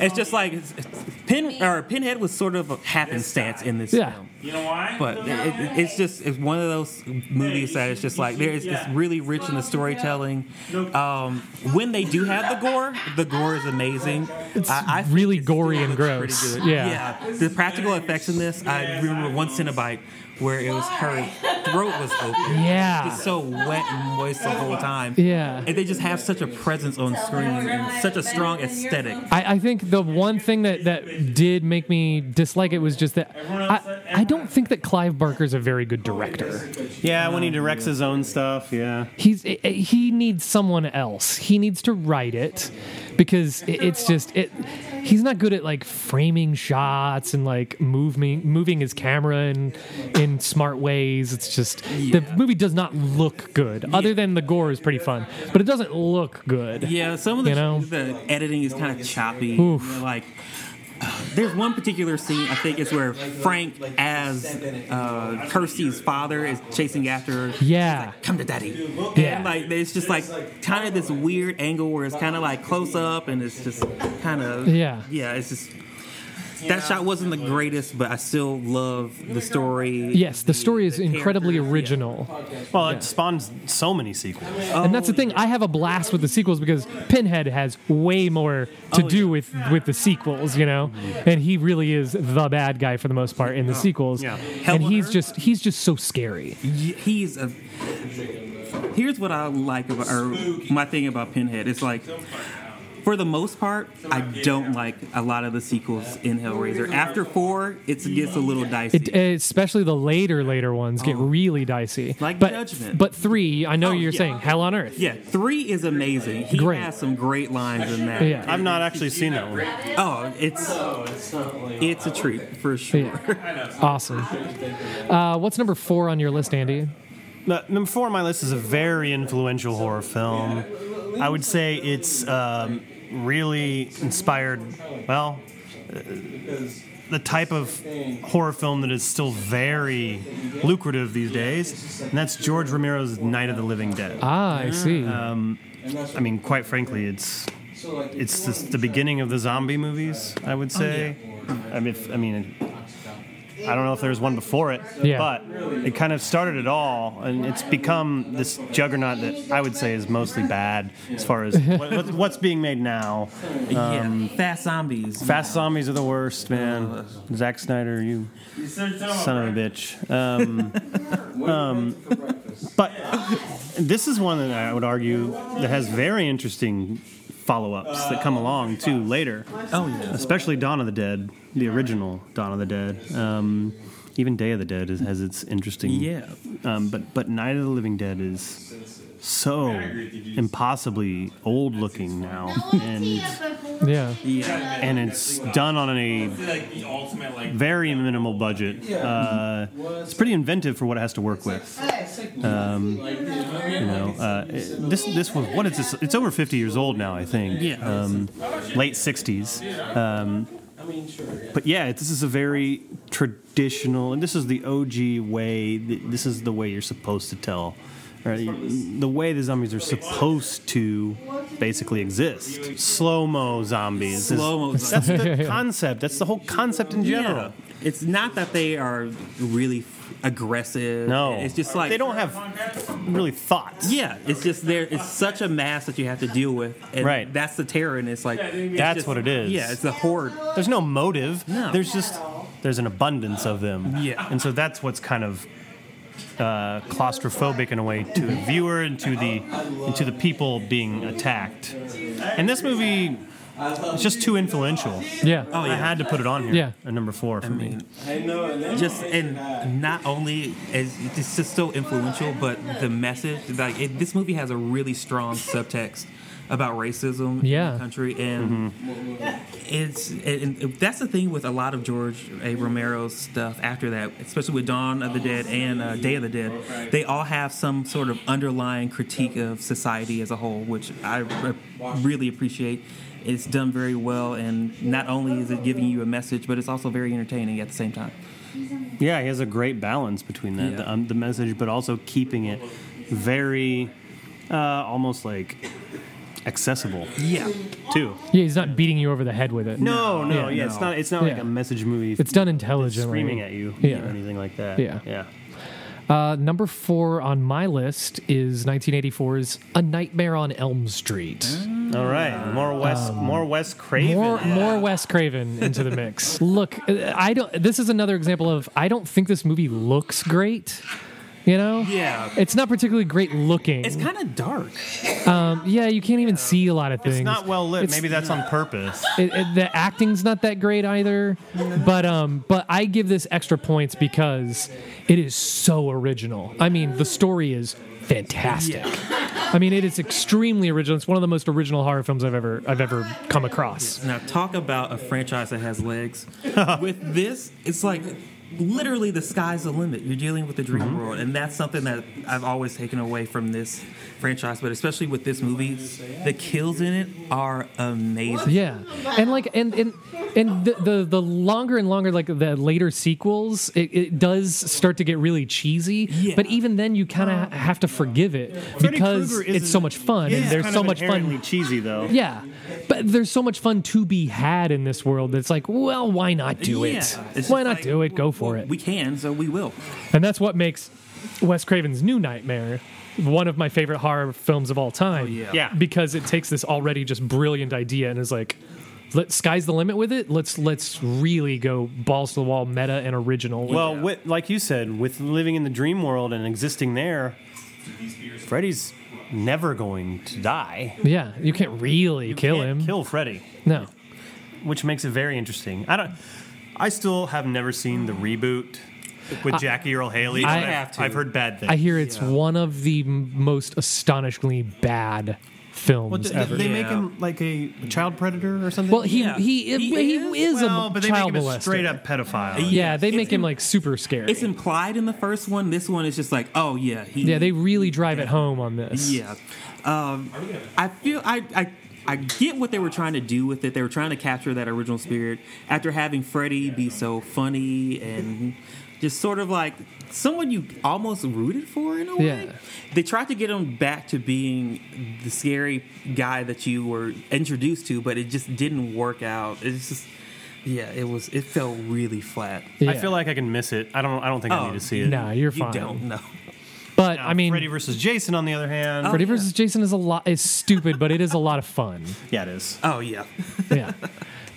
F: It's just like it's- it's- Pin or Pinhead was sort of a happenstance in this
A: Yeah.
F: film.
I: You know why?
F: But it, it- it's just it's one of those movies that it's just like there is it's really rich in the storytelling. Um, when they do have the gore, the gore is amazing. It's I, I think
A: really
F: it
A: gory
F: still
A: and
F: looks
A: gross.
F: pretty
A: Yeah.
F: the practical effects in this. I remember one Cinnabite where it was her throat was open.
A: Yeah.
F: It's so wet and moist the whole time.
A: Yeah.
F: and they just have such a presence on screen and such a strong aesthetic.
A: I, I think the one thing that, that did make me dislike it was just that I, I don't think that Clive Barker's a very good director.
B: Yeah, when he directs his own stuff, yeah.
A: He's eh, he needs someone else. He needs to write it because it, it's just it. He's not good at like framing shots and like moving moving his camera in in smart ways. It's just the movie does not look good. Other than the gore is pretty fun, but it doesn't look good.
F: Yeah, some of the,
A: You know?
F: the editing is kind of choppy.
A: Oof.
F: You know, Like, uh, there's one particular scene I think is where Frank, as uh, Kirsty's father, is chasing after her.
A: Yeah.
F: Come to daddy.
A: Yeah.
F: And like there's just like kind of this weird angle where it's kind of like close up and it's just kind of
A: Yeah.
F: yeah it's just that shot wasn't the greatest but I still love the story.
A: Yes, the story is
F: the
A: incredibly
F: characters, yeah.
A: original.
B: Well, it spawns so many sequels.
A: and
F: Oh,
A: that's the thing. I have a blast with the sequels because Pinhead has way more to
F: Oh,
A: do with with the sequels, you know. And he really is the bad guy for the most part in
F: Oh,
A: the sequels.
B: Yeah.
F: Hell
A: And
F: on
A: he's
F: Earth?
A: just he's just so scary.
F: Y- he's a here's what i like about or my thing about pinhead it's like for the most part i don't like a lot of the sequels in hellraiser after four it's, it gets a little dicey
A: It, especially the later later ones get really dicey.
F: Oh. Like
A: but,
F: Judgment.
A: But three, I know
F: Oh,
A: you're
F: yeah.
A: saying Hell on Earth.
F: yeah three is amazing he
A: Great.
F: has some great lines in that
A: Yeah.
B: I've not actually seen that one.
F: oh it's it's a treat for sure
A: Yeah. Awesome. Uh, what's number four on your list, Andy?
B: No, number four on my list is a very influential horror film. I would say it's um, really inspired, well, uh, the type of horror film that is still very lucrative these days, and that's George Romero's Night of the Living Dead.
A: Ah,
F: Uh,
A: I see.
B: I mean, quite frankly, it's it's just the beginning of the zombie movies. I would say. I mean, if, I mean, I don't know if there was one before it,
A: Yeah.
B: but it kind of started it all, and it's become this juggernaut that I would say is mostly bad as far as what, what, what's being made now.
F: yeah fast zombies
B: Um, Fast zombies are the worst, man. Zack Snyder, you son of a bitch. Um, *laughs* um, but this is one that I would argue that has very interesting follow-ups that come along too later. Oh yeah, especially Dawn of the Dead, the original Dawn of the Dead. Um, even Day of the Dead is, has its interesting.
F: Yeah.
B: Um, but but Night of the Living Dead is so impossibly old-looking now, and
A: yeah.
B: and it's done on a
I: like the ultimate like
B: very minimal budget. Uh, it's pretty inventive for what it has to work with. Um, you know, uh, it- this this was what is this? It's over 50 years old now, I think.
F: Yeah.
B: Um, late 60s. Um, but yeah, it- this is a very traditional, and this is the OG way. th- This is the way you're supposed to tell, or the way the zombies are supposed to basically exist. Slow mo zombies. is-
F: Slow-mo
B: That's
F: *laughs*
B: the concept. That's the whole concept in general.
F: it's not that they are really aggressive
B: No,
F: it's just like
B: they don't have really thoughts.
F: Yeah, it's just there. It's such a mass that you have to deal with, and
B: Right.
F: That's the terror, and it's like it's
B: That's
F: just-
B: what it is.
F: Yeah, it's the horde.
B: There's no motive.
F: No.
B: There's just there's an abundance of them.
F: Yeah.
B: And so that's what's kind of uh, claustrophobic in a way to the viewer and to the and to the people being attacked. And this movie is just too influential.
A: Yeah.
B: I had to put it on here.
A: Yeah.
B: At number four for me.
F: Just and not only is it's just so influential, but the message. Like it, this movie has a really strong subtext about racism in
A: Yeah.
F: the country,
B: Mm-hmm.
F: and it's and, and that's the thing with a lot of George A. Romero's stuff. After that, especially with Dawn of the Dead and uh, Day of the Dead, they all have some sort of underlying critique of society as a whole, which I re- really appreciate. It's done very well, and not only is it giving you a message, but it's also very entertaining at the same time.
B: Yeah, he has a great balance between that,
F: Yeah.
B: the, um, the message, but also keeping it very, uh, almost like accessible
F: Yeah.
B: too.
A: Yeah, he's not beating you over the head with it.
B: No, no, yeah,
A: Yeah.
B: it's not. It's not like
A: Yeah.
B: a message movie.
A: It's done
B: that's
A: intelligently.
B: screaming at you
A: Yeah.
B: or anything like that.
A: Yeah.
B: yeah.
A: Uh, number four on my list is 1984's A Nightmare on Elm Street.
B: All
F: Um,
B: right, more West, more West Craven.
A: um, More, more Wes Craven into the
B: *laughs*
A: mix. Look, uh, I don't. This is another example of I don't think this movie looks great. You know,
F: Yeah.
A: it's not particularly great looking.
F: It's kind of dark.
A: yeah, you can't even see a lot of things.
B: It's not well lit.
A: It's-
B: Maybe that's on purpose.
A: It- it- the acting's not that great either, but um, but I give this extra points because it is so original. I mean, the story is fantastic. I mean, it is extremely original. It's one of the most original horror films I've ever I've ever come across.
F: Now talk about a franchise that has
A: *laughs*
F: legs. with this, it's like literally the sky's the limit. You're dealing with the dream
A: Mm-hmm.
F: world, and that's something that I've always taken away from this franchise, but especially with this movie, the kills in it are amazing.
A: Yeah, and like and and and the the, the longer and longer like the later sequels, it, it does start to get really cheesy.
F: Yeah.
A: But even then, you kind of have to forgive it because
B: Uh-huh. Krueger
A: it's so much fun and
B: It's
A: there's
B: kind
A: so
B: of
A: much fun.
B: inherently cheesy though.
A: Yeah, but there's so much fun to be had in this world. That's like, well, why not do it?
F: Yeah. It's
A: Why
F: just
A: not
F: like,
A: do it? Go
F: well,
A: for it.
F: We can, so we will.
A: and that's what makes Wes Craven's New Nightmare one of my favorite horror films of all time.
F: yeah.
B: Yeah.
A: because it takes this already just brilliant idea and is like, let sky's the limit with it. Let's let's really go balls to the wall, meta and original. with
B: Well,
A: it.
B: with, like you said, with living in the dream world and existing there, Freddy's never going to die.
A: yeah, you can't really kill
B: Can't
A: him.
B: Kill Freddy,
A: no,
B: which makes it very interesting. I don't. I still have never seen the reboot with Jackie Earl Haley.
A: I-
B: I've-
F: have to.
B: I've heard bad things.
A: I hear it's one of the m- most astonishingly bad films
B: Well, th-
A: ever.
B: They make
F: Yeah.
B: him like a child predator or something.
A: Well, he
F: Yeah.
A: he, he,
F: He
A: is,
F: is?
A: a
B: Well, but they
A: child
B: make him a
A: molester.
B: straight up pedophile.
A: Yeah, they
F: It's
A: make him like super scary.
F: It's implied in the first one. This one is just like, oh yeah, he,
A: yeah, they really drive it home on this.
F: Yeah. Um, I feel I, I I get what they were trying to do with it. They were trying to capture that original spirit after having Freddy be so funny and just sort of like someone you almost rooted for in a way.
A: Yeah.
F: They tried to get him back to being the scary guy that you were introduced to, but it just didn't work out. It's just yeah, it was it fell really flat.
A: Yeah.
B: I feel like I can miss it. I don't. I don't think I
F: Oh,
B: need to see it.
A: Nah, you're
F: you
A: fine.
F: don't know.
A: But
B: Now,
A: I mean, Oh.
B: Freddy
A: Freddy,
B: versus Jason, on the other hand,
F: yeah.
A: versus Jason is a lot is stupid, but it is a lot of fun.
B: yeah, it is.
F: Oh yeah.
A: Yeah.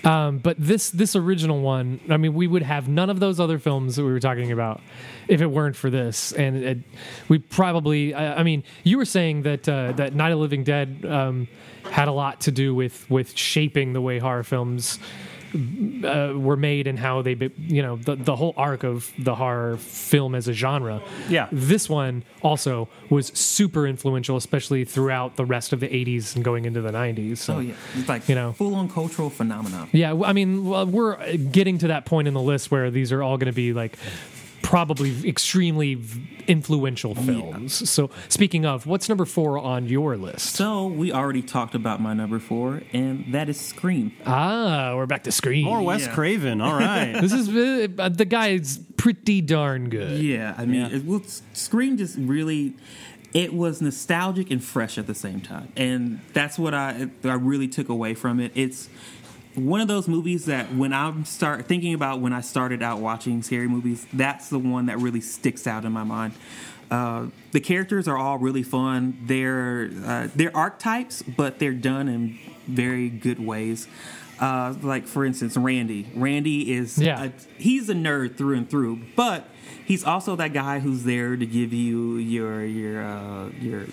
A: Um, but this this original one, I mean, we would have none of those other films that we were talking about if it weren't for this. And it, we probably, I, I mean, you were saying that uh, that Night of the Living Dead um, had a lot to do with with shaping the way horror films uh, were made and how they, be, you know, the the whole arc of the horror film as a genre.
B: Yeah.
A: This one also was super influential, especially throughout the rest of the '80s and going into the '90s. So.
F: Oh yeah. It's like
A: You know.
F: full on cultural phenomenon.
A: Yeah, w- I mean, well, we're uh, getting to that point in the list where these are all going to be like probably extremely v- influential films. So, speaking of, what's number four on your list?
F: So we already talked about my number four, and that is Scream.
A: ah, we're back to Scream.
B: More Wes
F: Yeah.
B: Craven. All *laughs* right.
A: this is uh, the guy's pretty darn good.
F: Yeah, I mean, It, well, S- Scream just really. It was nostalgic and fresh at the same time, and that's what I I really took away from it. It's one of those movies that when I start thinking about when I started out watching scary movies, that's the one that really sticks out in my mind. Uh, the characters are all really fun. They're uh, they're archetypes, but they're done in very good ways. Uh, like for instance, Randy. Randy is
A: Yeah.
F: a he's a nerd through and through, but he's also that guy who's there to give you your your uh, your. Uh,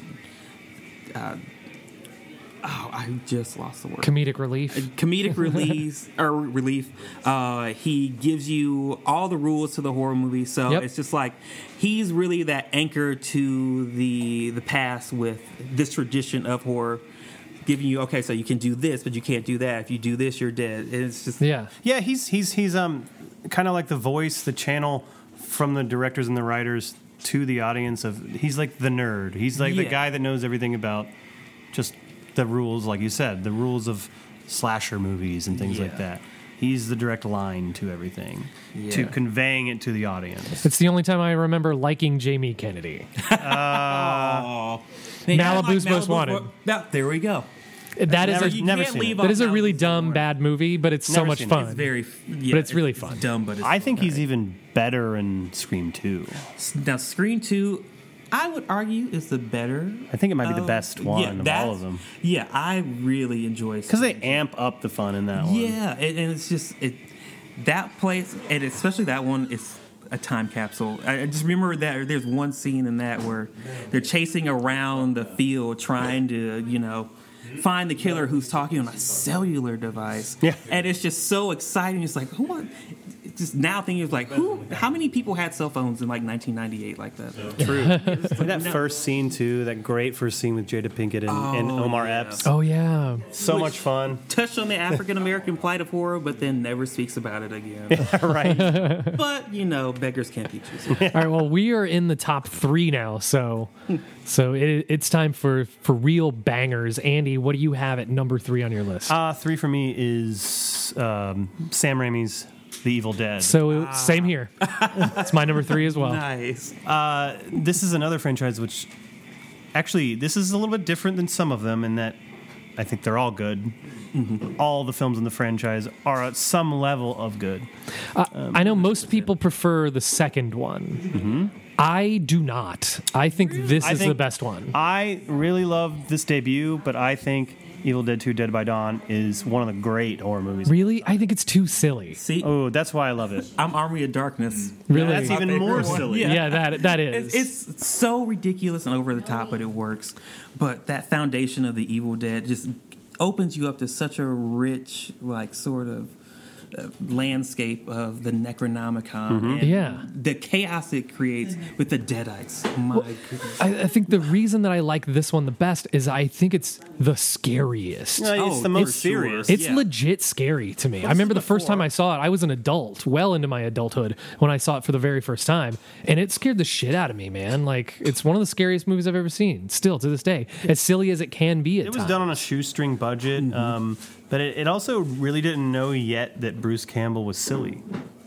F: oh, I just lost the word.
A: Comedic relief.
F: Comedic release *laughs* or relief. Uh, he gives you all the rules to the horror movie, so
A: Yep.
F: it's just like he's really that anchor to the the past with this tradition of horror, giving you okay, so you can do this, but you can't do that. If you do this, you're dead. And it's just
A: Yeah.
B: yeah, he's he's he's um kind of like the voice, the channel from the directors and the writers to the audience of he's like the nerd. He's like the
F: Yeah.
B: guy that knows everything about just the rules, like you said, the rules of slasher movies and things like
F: Yeah.
B: that. He's the direct line to everything, to
F: Yeah.
B: conveying it to the audience.
A: It's the only time I remember liking Jamie Kennedy.
F: Man, I
A: Malibu's Most
F: Malibu's
A: Wanted.
F: Wa- Now, there we go.
A: that is
B: Never-
A: a,
B: never
F: can't
B: seen it.
F: leave
A: that is a
F: off
A: really
F: Mountains
A: dumb
F: anymore.
A: bad movie, but it's so
B: Never
A: much
B: seen it.
A: fun.
F: It's very, yeah,
A: it's really fun.
F: dumb, but it's
B: I think
F: fun.
B: he's even better in Scream 2.
F: now Scream Two. I would argue is the better.
B: I think it might be the
F: of-
B: best one of all
F: that's-
B: of them.
F: Yeah, I really enjoy
B: Because they amp up the fun in that one.
F: Yeah, and, and it's just it that place, and especially that one is a time capsule. I, I just remember that there's one scene in that where they're chasing around the field trying to, you know. Find the killer who's talking on a cellular device,
B: Yeah.
F: and it's just so exciting. It's like, who? What? it's Just now thinking of like, who? How many people had cell phones in like 1998 like that?
B: That first scene, too, that great first scene with Jada Pinkett and, and
F: Oh,
B: Omar
F: yeah.
B: Epps.
A: Oh yeah,
B: So much fun.
F: Touched on the African American plight of horror, but then never speaks about it again.
B: *laughs* right.
F: But you know, beggars can't be choosers.
A: All right, well, we are in the top three now, so so it, it's time for for real bangers. Andy, what do you have at number three on your list?
B: Uh, three for me is um, Sam Raimi's The Evil Dead.
A: so same
B: *laughs*
A: here. it's my number three as
F: Oh.
A: well.
F: Nice.
B: this is another franchise which actually this is a little bit different than some of them in that I think they're all good.
A: Mm-hmm.
B: All the films in the franchise are at some level of good.
A: I know most people prefer the second one. I do not. I think this
B: Mm-hmm. I
A: is the
B: think-
A: best one.
B: I really love this debut, but I think Evil Dead 2 Dead by Dawn is one of the great horror movies.
A: Really, I think it's too silly.
F: See,
B: Oh, that's why I love it.
F: I'm Army of Darkness.
A: Really,
B: That's even
F: favorite
B: more
F: one.
B: silly.
A: yeah. that
B: *laughs*
A: that is.
F: It's, it's so ridiculous and over the top, but it works. But that foundation of the Evil Dead just opens you up to such a rich, like, sort of uh, landscape of the Necronomicon and
A: Mm-hmm. Yeah.
F: the chaos it creates with the Deadites. My goodness.
A: I, I think the reason that I like this one the best is I think it's the scariest.
B: No, It's
F: Oh,
B: the most
F: for sure.
B: serious.
A: It's
F: Yeah.
A: legit scary to me. I remember the first time I saw it, I was an adult, well into my adulthood, when I saw it for the very first time, and it scared the shit out of me, man. Like it's one of the scariest movies I've ever seen, still to this day. As silly as it can be, at
B: It was
A: times.
B: done on a shoestring budget, um, but it, it also really didn't know yet that Bruce Campbell was silly.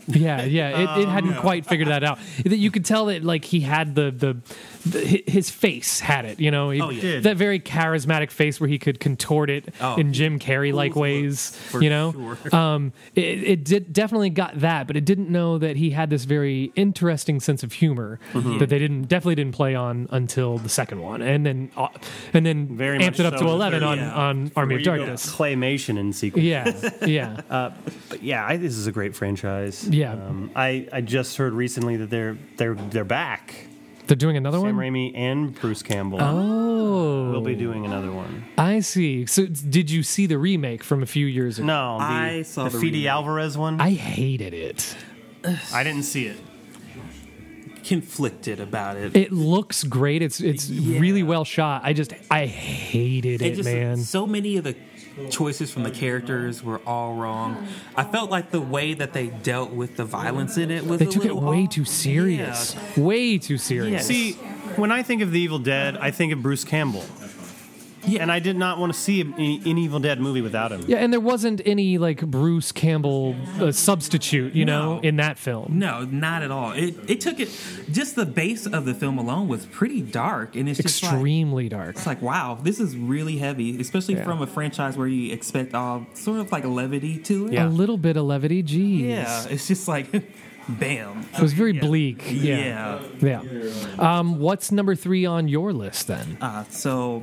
A: Yeah, yeah.
F: Um,
A: It, it hadn't quite figured that out. That you could tell that like he had the the, the hi- his face had it. You know, He-
F: Oh, yeah.
A: that very charismatic face where he could contort it
F: Oh.
A: in Jim Carrey like ways.
F: for
A: You know,
F: sure. *laughs*
A: um, it, it did definitely got that, but it didn't know that he had this very interesting sense of humor
F: Mm-hmm.
A: that they didn't definitely didn't play on until the second one, and then uh, and then
B: Very
A: amped
B: much
A: it up
B: so
A: to
B: the
A: eleven
B: third-
A: on
F: yeah.
A: on Army of
B: Where you go
A: Darkness.
B: Claymation in sequel.
A: Yeah, yeah.
B: *laughs* But yeah, I, this is a great franchise.
A: Yeah.
B: um, I, I just heard recently that they're they're they're back.
A: They're doing another one.
B: Sam Raimi and Bruce Campbell
A: Oh,
B: will be doing another one.
A: I see. So, did you see the remake from a few years ago?
B: No, the,
F: I saw
B: the
F: the
B: Fede
F: remake.
B: Alvarez one. I,
A: I hated it.
B: didn't see it.
F: conflicted about it.
A: It looks great. It's it's
F: Yeah.
A: really well shot. I just I hated it,
F: It just
A: man.
F: so many of the choices from the characters were all wrong. I felt like the way that they dealt with the violence in it was
A: They
F: a
A: took it
F: little
A: way
F: off.
A: too serious. Way too serious.
F: Yeah.
B: See, when I think of The Evil Dead, I think of Bruce Campbell.
F: Yeah.
B: And I did not want to see an, an Evil Dead movie without him.
A: Yeah, and there wasn't any like Bruce Campbell uh, substitute, you know,
F: No.
A: in that film.
F: No, not at all. It it took it just the base of the film alone was pretty dark and it's just like-
A: Extremely dark.
F: it's like wow, this is really heavy, especially from a franchise where you expect all sort of like levity to it.
A: A little bit of levity, geez.
F: Yeah, it's just like *laughs* bam.
A: It was very bleak. Yeah.
F: yeah.
A: Yeah. Um, what's number three on your list then?
F: Uh, so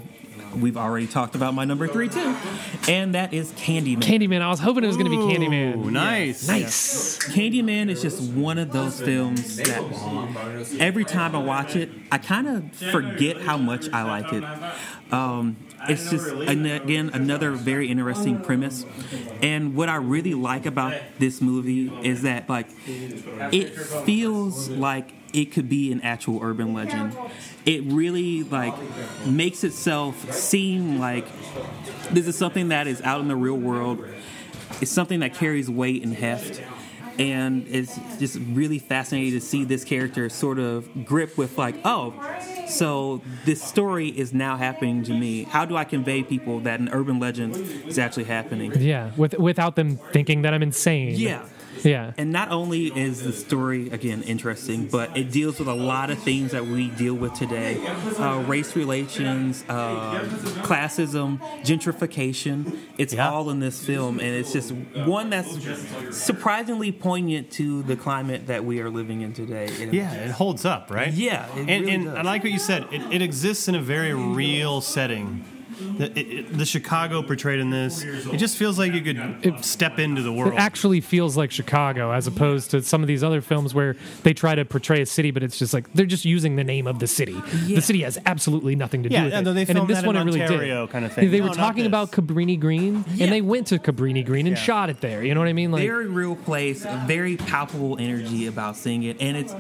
F: we've already talked about my number three too, and that is Candyman.
A: Candyman. I was hoping it was going to be Candyman.
B: nice.
A: Nice.
F: Candyman is just one of those films that every time I watch it, I kind of forget how much I like it. Um, it's just an, again another very interesting premise, and what I really like about this movie is that like it feels like it could be an actual urban legend. It really like makes itself seem like this is something that is out in the real world. It's something that carries weight and heft. And it's just really fascinating to see this character sort of grip with, like, oh, so this story is now happening to me. How do I convey people that an urban legend is actually happening?
A: Yeah, with without them thinking that I'm insane.
F: Yeah.
A: Yeah.
F: And not only is the story again interesting, but it deals with a lot of things that we deal with today: uh, race relations, uh, classism, gentrification. It's all in this film, and it's just one that's surprisingly poignant to the climate that we are living in today. And-
B: Yeah, it holds up, right?
F: Yeah, it
B: and,
F: really
B: and
F: does.
B: I like what you said. It, it exists in a very real setting. The, it- it- the Chicago portrayed in this, it just feels like you could step into the world.
A: It actually feels like Chicago as opposed to some of these other films where they try to portray a city, but it's just like they're just using the name of the city. The city has absolutely nothing to
B: Yeah,
A: do with
B: yeah,
A: it.
B: no, they
A: and in
B: filmed
A: this
B: that
A: one,
B: in
A: it really
B: Ontario
A: did.
B: kind of thing.
A: They were
B: No, not
A: talking about
B: this.
A: Cabrini Green, and they went to Cabrini Green and
B: Yeah.
A: shot it there. You know what I mean? Like,
F: very real place, a very palpable energy about seeing it, and it's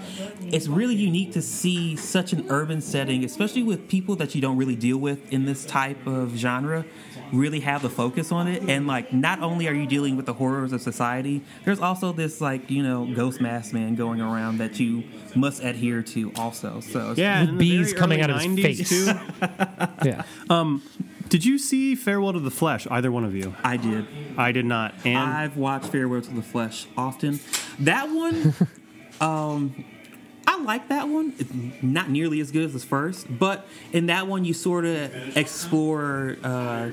F: it's really unique to see such an urban setting, especially with people that you don't really deal with in this type of genre, really have the focus on it. And like, not only are you dealing with the horrors of society, there's also this like you know ghost mask man going around that you must adhere to also. So it's-
B: yeah,
A: with
B: in the
A: bees
B: very
A: coming
B: early
A: out of his
B: 90s
A: face. *laughs*
B: too.
A: yeah.
B: Did you see Farewell to the Flesh? Either one of you?
F: I did.
B: I did not. And
F: I've watched Farewell to the Flesh often. That one, um, I like that one. It's not nearly as good as the first, but in that one, you sort of explore uh,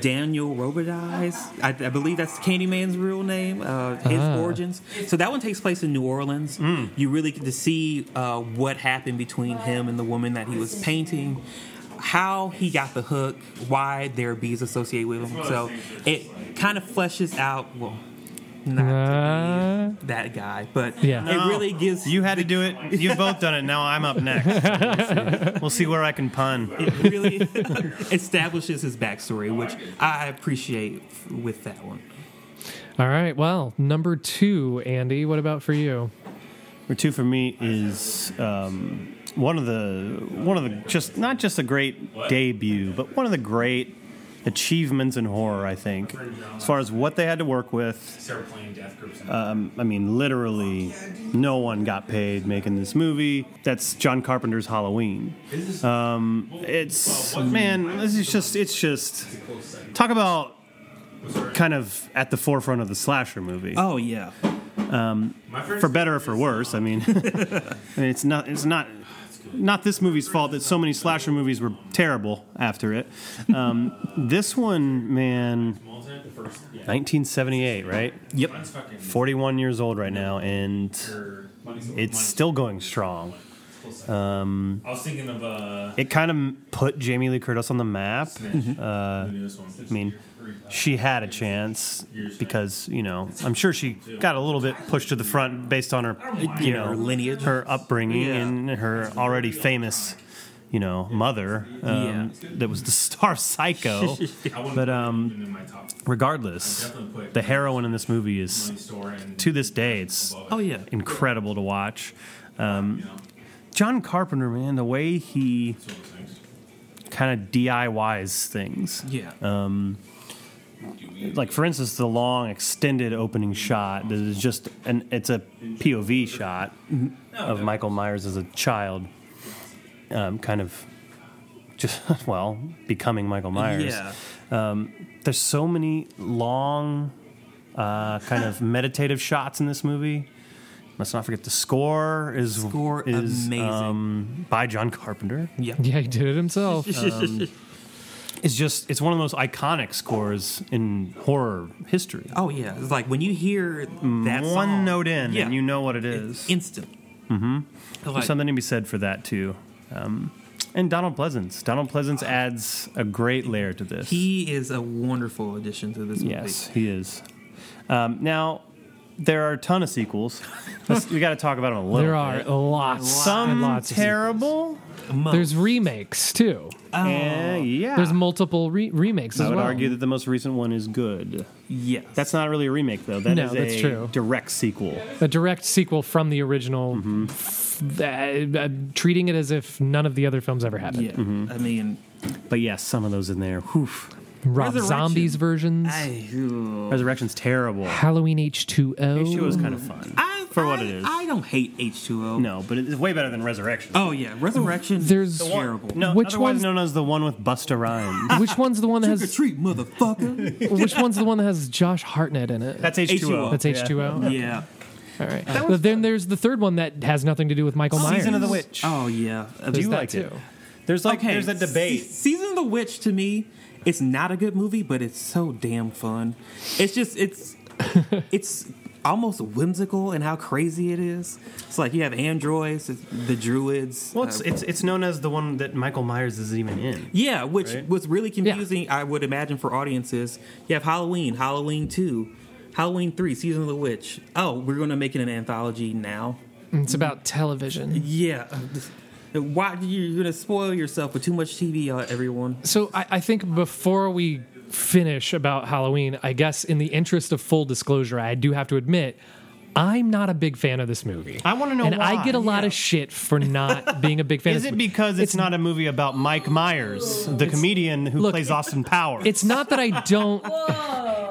F: Daniel Robideyes. I, I believe that's Candyman's real name. Uh, his
A: Ah.
F: origins. So that one takes place in New Orleans.
B: Mm.
F: You really get to see uh, what happened between him and the woman that he was painting. How he got the hook, why there are bees associated with him. So it kind of fleshes out, well, not to be that guy, but
A: Yeah.
F: it really gives
B: you had to do it. You've both done it. Now I'm up
A: *laughs*
B: next. we'll see where I can pun.
F: it really *laughs* establishes his backstory, which I appreciate with that one.
A: All right. Well, number two, Andy. What about for you?
B: Number two for me is um, one of the one of the just not just a great debut, but one of the great achievements in horror. I think, as far as what they had to work with. um,
J: Start playing death groups.
B: I mean, literally, no one got paid making this movie. That's John Carpenter's Halloween. Um, it's man, this is just it's just talk about kind of at the forefront of the slasher movie
F: Oh yeah,
B: for better or for worse. I mean, *laughs* I mean, it's not it's not not this movie's fault that so many slasher movies were terrible after it. Um, *laughs* this one, man, 1978, right?
F: yep.
B: 41 years old right now, and it's still going strong. Um,
J: I was thinking of uh,
B: It kind of put Jamie Lee Curtis on the map. Uh,
J: this one.
B: I mean, she had a chance because you know I'm sure she got a little bit pushed to the front based on her you know
F: her lineage.
B: her upbringing,
F: Yeah.
B: and her already famous you know mother um, that was the star
J: *laughs*
B: of Psycho. but um,
J: in my top
B: regardless, the heroine in this movie is
J: store and
B: to this day it's
F: Oh yeah.
B: incredible to watch. Um, John Carpenter, man, the way he kind of DIYs things
F: Yeah.
B: Uh, like for instance the long extended opening shot that is just an it's a pov shot of michael myers as a child um, kind of just *laughs* well becoming michael myers
F: Yeah.
B: there's so many long uh, kind *laughs* of meditative shots in this movie let's not forget the score is
F: Score
B: is
F: amazing.
B: um, by john carpenter
F: Yeah.
A: Yeah, he did it
B: *laughs*
A: himself.
B: it's just it's one of the most iconic scores in horror history
F: oh yeah. It's like when you hear that
B: one
F: song,
B: note in
F: yeah,
B: and you know what it is
F: instant. Mm-hmm.
B: There's something to be said for that too. Um, and Donald Pleasance. Donald Pleasance adds a great layer to this.
F: he is a wonderful addition to this movie.
B: yes, he is. Um, now there are a ton of sequels. Let's, we got to talk about them a little.
A: There
B: bit.
A: are lots and
B: some
A: lots. of-
B: terrible. Oh.
A: There's remakes too.
B: and yeah,
A: Oh, There's multiple re- remakes
B: I
A: as
B: would
A: well.
B: argue that the most recent one is good.
F: Yeah.
B: That's not really a remake though. That is
A: No, that's
B: a
A: true.
B: direct sequel.
A: a direct sequel from the original,
B: Mm-hmm.
A: uh, uh, treating
B: Mm-hmm.
A: it as if none of the other films ever happened.
F: yeah. I mean,
B: But yes, some of those in there. Whew.
A: Rob
F: Resurrection.
A: Zombie's versions.
F: I,
B: Resurrection's terrible.
A: Halloween H2O.
B: H2O is *laughs* kind of fun
F: I,
B: for what
F: I-
B: it is.
F: I don't hate H2O.
B: no, but it's way better than Resurrection.
F: Oh yeah, Resurrection.
A: There's- The one-
F: terrible.
B: no,
A: which
B: otherwise
A: one's-
B: known as the one with Busta Rhymes.
A: Which one's the one that
F: Trick or
A: has
B: *laughs*
F: treat, motherfucker.
A: Which one's the one that has Josh Hartnett in it?
B: That's H2O.
A: *laughs*
F: H2O.
A: That's H2O.
F: yeah.
A: All right. But then there's the third one that has nothing to do with Michael Myers.
B: Season of the Witch.
F: Oh yeah.
B: Do
A: There's
B: you
A: that
B: like it?
A: too.
B: There's like there's a
F: Se-
B: debate.
F: Season of the Witch to me, it's not a good movie, but it's so damn fun. It's just it's *laughs* it's almost whimsical and how crazy it is. It's like you have androids, it's the druids.
B: Well, it's,
F: uh,
B: it's it's known as the one that Michael Myers isn't even in.
F: yeah, which
B: right?
F: was really confusing. I would imagine for audiences. You have Halloween, Halloween two, Halloween three, Season of the Witch. Oh, we're gonna make it an anthology now.
A: It's about television.
F: Yeah. Why you're gonna spoil yourself with too much TV, uh, everyone?
A: So I, I think before we finish about Halloween, I guess in the interest of full disclosure, I do have to admit. I'm not a big fan of this movie.
B: I wanna know
A: and I
B: why.
A: get a lot of shit for not being
B: *laughs*
A: a big fan.
B: Is
A: of this
B: it
A: movie.
B: because it's, not a movie about Mike Myers, the comedian who
A: look,
B: plays Austin Powers?
A: It's not that I don't.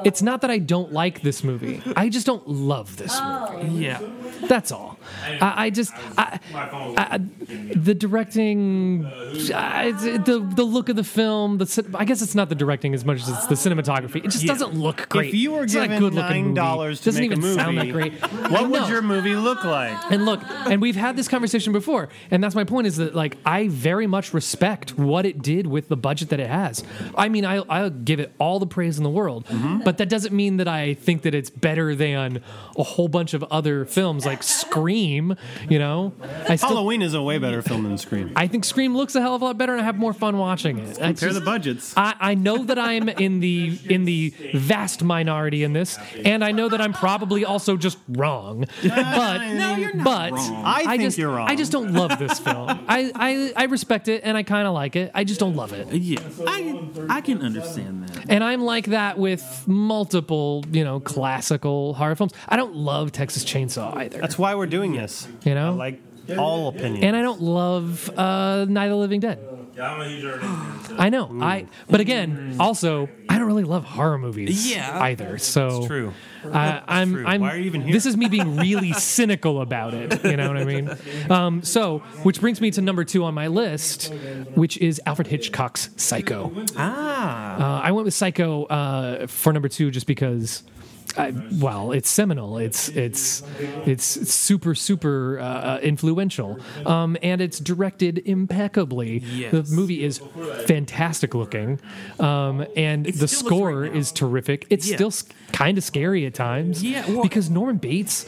A: it's not that I don't like this movie. I just don't love this
F: Yeah.
A: movie. That's all. I, I just. I,
I: My phone was
A: I, the directing, I- the the look of the film, the cin- I guess it's not the directing as much as it's the cinematography. It just doesn't look great.
B: If you were
A: it's not a
B: given
A: good
B: nine
A: looking
B: dollars to
A: doesn't
B: make
A: even
B: a movie,
A: sound that great. I
B: *laughs* what would
A: know.
B: your movie look like?
A: And look, and we've had this conversation before, and that's my point is that like I very much respect what it did with the budget that it has. I mean, I I'll give it all the praise in the world, but that doesn't mean that I think that it's better than a whole bunch of other films like Scream, you know. I still
B: Halloween is a way better film than Scream.
A: I think Scream looks a hell of a lot better, and I have more fun watching it. I,
B: Compare
A: just-
B: the budgets.
A: I, I know that I'm in the in the vast minority in this, and I know that I'm probably also just wrong. But
B: No,
F: you're not
A: But
F: wrong.
B: I think
A: just
B: you're wrong.
A: I just don't love this film. I, I I respect it, and I kind of like it. I just don't love it.
F: Yeah, I, I can understand that.
A: And I'm like that with multiple, you know, classical horror films. I don't love Texas Chainsaw either.
B: That's why we're doing this.
A: You know?
B: I like all opinions.
A: and I don't love uh, Night of the Living Dead.
I: Yeah, I'm a huge Ernie fan. so-
A: I know. I but again, also I don't really love horror movies
F: Yeah.
A: either. So
B: It's true.
A: I, Uh, I'm,
B: true.
A: I'm.
B: Why are you even here?
A: This is me being really cynical about it. You know what I
B: *laughs*
A: mean? Um, so, which brings me to number two on my list, which is Alfred Hitchcock's Psycho.
F: Ah,
A: Uh, I went with Psycho uh, for number two just because. I, well, it's seminal. It's it's it's super super uh, influential, um, and it's directed impeccably.
F: Yes.
A: The movie is fantastic looking, um, and
F: It
A: the
F: still looks
A: score
F: right now.
A: is terrific. It's
F: Yeah.
A: still kind of scary at times.
F: Yeah, well-
A: because Norman Bates,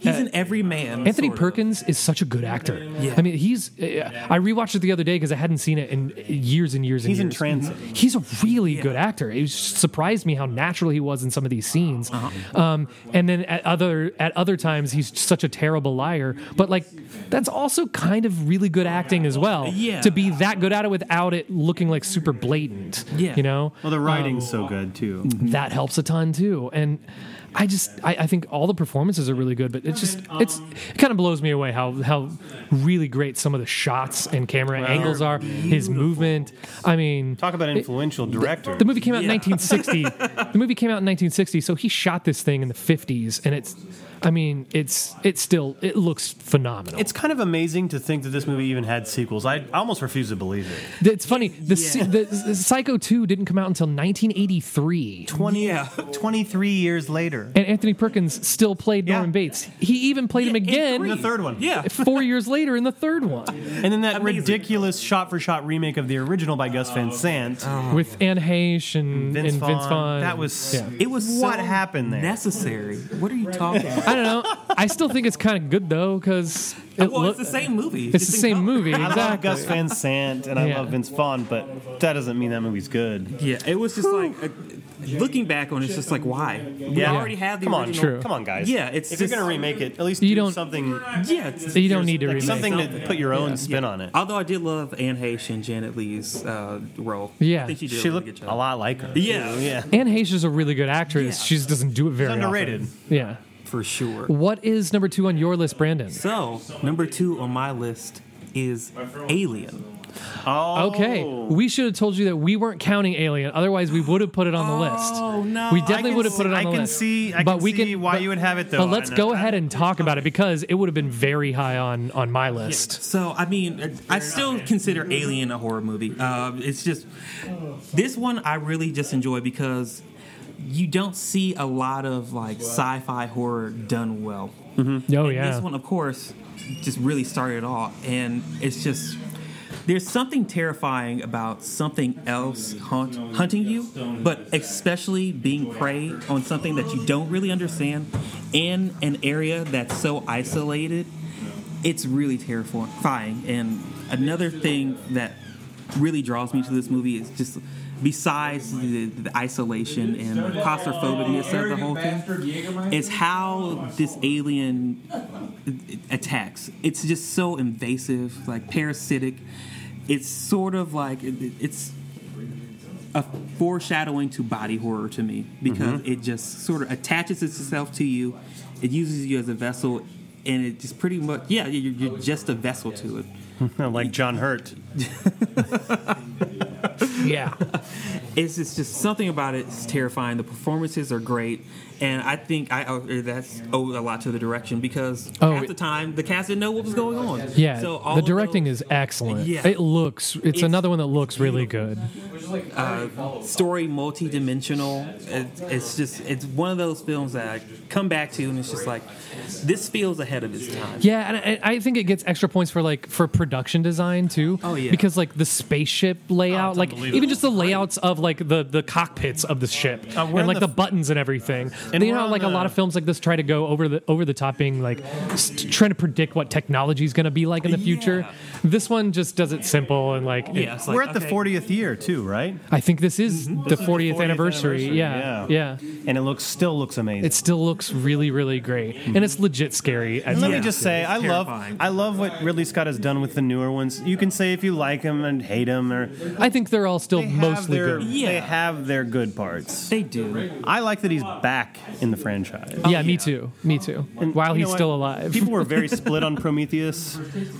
F: he's an everyman.
A: Anthony
F: sort of.
A: Perkins is such a good actor.
F: Yeah.
A: I mean, he's. Uh, I rewatched it the other day because I hadn't seen it in years and years. And
B: He's in
A: years. Mm-hmm.
B: transit.
A: He's a really good actor. It was- surprised me how natural he was in some of these scenes.
F: Uh-huh.
A: Um, and then at other at other times, he's such a terrible liar. But like, that's also kind of really good acting as well.
F: Yeah.
A: To be that good at it without it looking like super blatant.
F: Yeah.
A: You know
B: Well, the writing's
A: Oh.
B: so good too.
A: that helps a ton too. And I just I, I think all the performances are really good, but it's just it's it kind of blows me away how how really great some of the shots and camera angles are. His movement. I mean,
B: Talk about influential director.
A: the movie came out in
B: *laughs*
A: 1960. the movie came out in 1960, so he shot this thing in the 50s, and it's I mean it's it's still it looks phenomenal.
B: It's kind of amazing to think that this movie even had sequels. I almost refuse to believe it.
A: It's funny. The, se- the, the Psycho 2 didn't come out until 1983.
B: 20,
F: Yeah.
B: 23 years later.
A: And Anthony Perkins still played
B: Yeah.
A: Norman Bates. He even played him again
B: The third one.
F: Yeah,
A: four years later in the third one
B: And then that
F: Amazing.
B: ridiculous shot for shot remake of the original by Gus Van Sant.
F: Oh.
A: with Anne Heche and
B: Oh, Vince
A: and Vince
B: Vaughn.
A: Vaughn.
B: That was-
F: it was so
B: What happened there?
F: Necessary. What are you talking? about?
A: I don't know. I still think it's kind of good though because *laughs* it
F: well,
A: look-
F: it's the same movie.
A: It's the
F: just in
A: same
F: color.
A: movie.
B: I love
A: Exactly.
B: Gus Van Sant and I
A: Yeah.
B: love Vince Vaughn, but that doesn't mean that movie's good.
F: Yeah, it was just like uh, looking back on it, it's just like why we
B: Yeah.
F: already have the
B: Come on,
F: original.
A: True.
B: come on, guys.
F: Yeah, it's
B: if
F: just-
B: you're gonna remake it, at least
A: You
B: do
A: don't-
B: something,
F: Yeah, it's,
A: you don't need to
B: like
A: remake.
B: something to
F: something.
B: put your own spin on it.
F: Although I did love Anne Heche and Janet Lee's uh, role.
A: Yeah.
F: I think she did
B: She
F: a really
B: looked
F: good
B: a
F: job.
B: lot like her.
F: Yeah.
B: yeah.
A: Anne Heche is a really good actress.
F: Yeah.
A: She just doesn't do it very
B: Underrated.
A: often. Yeah.
F: for sure.
A: What is number two on your list, Brandon?
F: So number two on my list is Alien.
B: Oh,
A: Okay, we should have told you that we weren't counting Alien. Otherwise, we would have put it on the list.
F: Oh, no.
A: we
B: I
A: definitely
B: can
A: would have put it on
B: see- I
A: the
B: can
A: list.
B: see- I can see why you would have it, though,
A: But let's
B: Anna.
A: go ahead and talk about it because it would have been very high on on my list.
F: So I mean, I still consider Alien a horror movie. Um, it's just this one I really just enjoy because you don't see a lot of like sci-fi horror done well.
A: Oh
F: And
A: yeah,
F: This one, of course, just really started it all, and it's just there's something terrifying about something else haunt, hunting you, but especially being prey on something that you don't really understand in an area that's so isolated. It's really terrifying, and another thing that really draws me to this movie is just besides the, the isolation and the claustrophobicness of the whole thing is how this alien attacks it's just so invasive like parasitic it's sort of like it- it- it's a foreshadowing to body horror to me because
A: Mm-hmm.
F: it just sort of attaches itself to you it uses you as a vessel and it just pretty much yeah you're, you're just a vessel to it
B: *laughs* like John Hurt.
A: yeah.
F: it's, it's just something about it is terrifying. The performances are great, and I think I owe- that's owed a lot to the direction because
A: Oh,
F: half the time the cast didn't know what was going on.
A: *laughs* Yeah,
F: all
A: the
F: of
A: directing
F: those
A: is excellent.
F: Yeah.
A: It looks. It's, another one that looks really good.
F: story multi-dimensional. It, it's just it's one of those films that I come back to, and it's just like this feels ahead of its time.
A: Yeah, and I, I think it gets extra points for like for production design too.
F: Oh, yeah.
A: because like the spaceship layout, like
B: unbelievable.
A: even just the layouts of like the the cockpits of the ship
B: Uh,
A: and
B: we're on
A: like the,
B: the-
A: buttons and everything.
B: And
A: you
B: we're
A: know, how,
B: on
A: like a
B: the-
A: lot of films like this try to go over the over the top, being like st- trying to predict what technology is going to be like in the future.
F: Yeah.
A: This one just does it simple and like it-
F: Yeah, it's like,
B: We're at the
F: okay.
B: 40th year too, right?
A: I think this is the
F: Mm-hmm.
B: This is the
A: 40th,
B: 40th
A: anniversary.
B: anniversary,
A: Yeah, yeah,
B: yeah. And it looks still looks amazing.
A: It still looks really really great, and it's legit scary. at
B: And let
A: times.
B: me just say, I love,
F: terrifying.
B: I love what Ridley Scott has done with the newer ones. You can say if you like him and hate him, or
A: I think they're all still
B: they have
A: mostly
B: their,
A: good.
F: Yeah.
B: They have their good parts.
F: They do.
B: I like that he's back in the franchise.
A: yeah, me too. Me too. Um, While
B: Oh, You
A: he's
B: know what?
A: still alive.
B: people
A: *laughs*
B: were very split on Prometheus.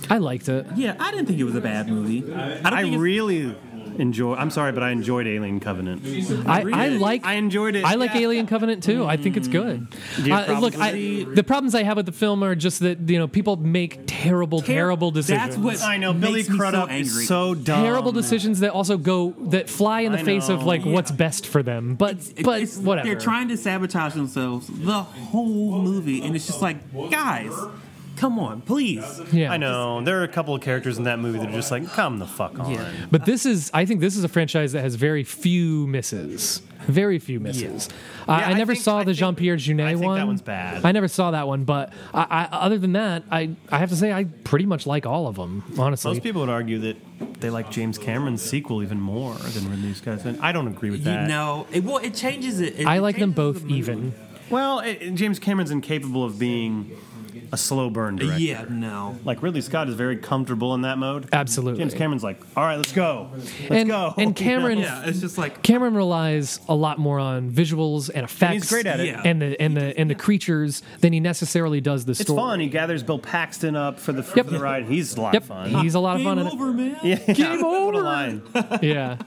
A: I liked it.
F: Yeah, I didn't think it was a bad movie. I, don't
B: I
F: think it's-
B: really enjoy. I'm sorry, but I enjoyed Alien Covenant.
A: I, I like
B: I enjoyed it.
A: I like
B: Yeah.
A: Alien Covenant too. I think it's good.
B: you have
A: Uh, look, I, the problems I have with the film are just that you know people make terrible, terrible decisions.
F: That's what
B: I know Billy
F: makes me so
B: Crudup
F: angry.
B: is so dumb.
A: terrible decisions that also go that fly in the
B: I
A: face of
B: know.
A: like what's best for them. But
F: It-
A: but
F: it's-
A: whatever.
F: They're trying to sabotage themselves the whole movie, and it's just like, guys, come on, please.
A: Yeah.
B: I know there are a couple of characters in that movie that are just like, come the fuck on.
F: Yeah.
A: But this is, I think, this is a franchise that has very few misses. Very few misses. Uh,
B: Yeah,
A: I
B: I
A: never
B: think-
A: saw
B: I
A: the
B: think-
A: Jean Pierre Junet
B: I think that
A: one.
B: one's bad.
A: I never saw that one, but I, I, other than that, I, I have to say I pretty much like all of them, honestly.
B: Most people would argue that they like James Cameron's sequel even more than Ridley Scott's. And I don't agree with that.
F: You know, it, well, it changes it. It
A: I like them
F: changes
A: both
F: the movie.
A: even.
B: Well, it, it- James Cameron's incapable of being a slow burn director.
F: Yeah, no.
B: Like Ridley Scott is very comfortable in that mode.
A: Absolutely.
B: James Cameron's like, all right, let's go, let's
A: And-
B: go. *laughs*
A: and Cameron-
F: Yeah, it's just like
A: Cameron relies a lot more on visuals and effects.
B: great at
F: it. Yeah.
A: And the and the and the creatures than he necessarily does the
B: it's
A: story.
B: fun. He gathers Bill Paxton up for the, for
A: Yep.
B: the ride. He's a lot
A: Yep,
B: of fun.
A: he's a lot of fun.
F: game
A: in it.
F: over, man.
A: *laughs*
B: Yeah,
A: Game
B: *laughs* what
A: over.
B: a line.
A: Yeah.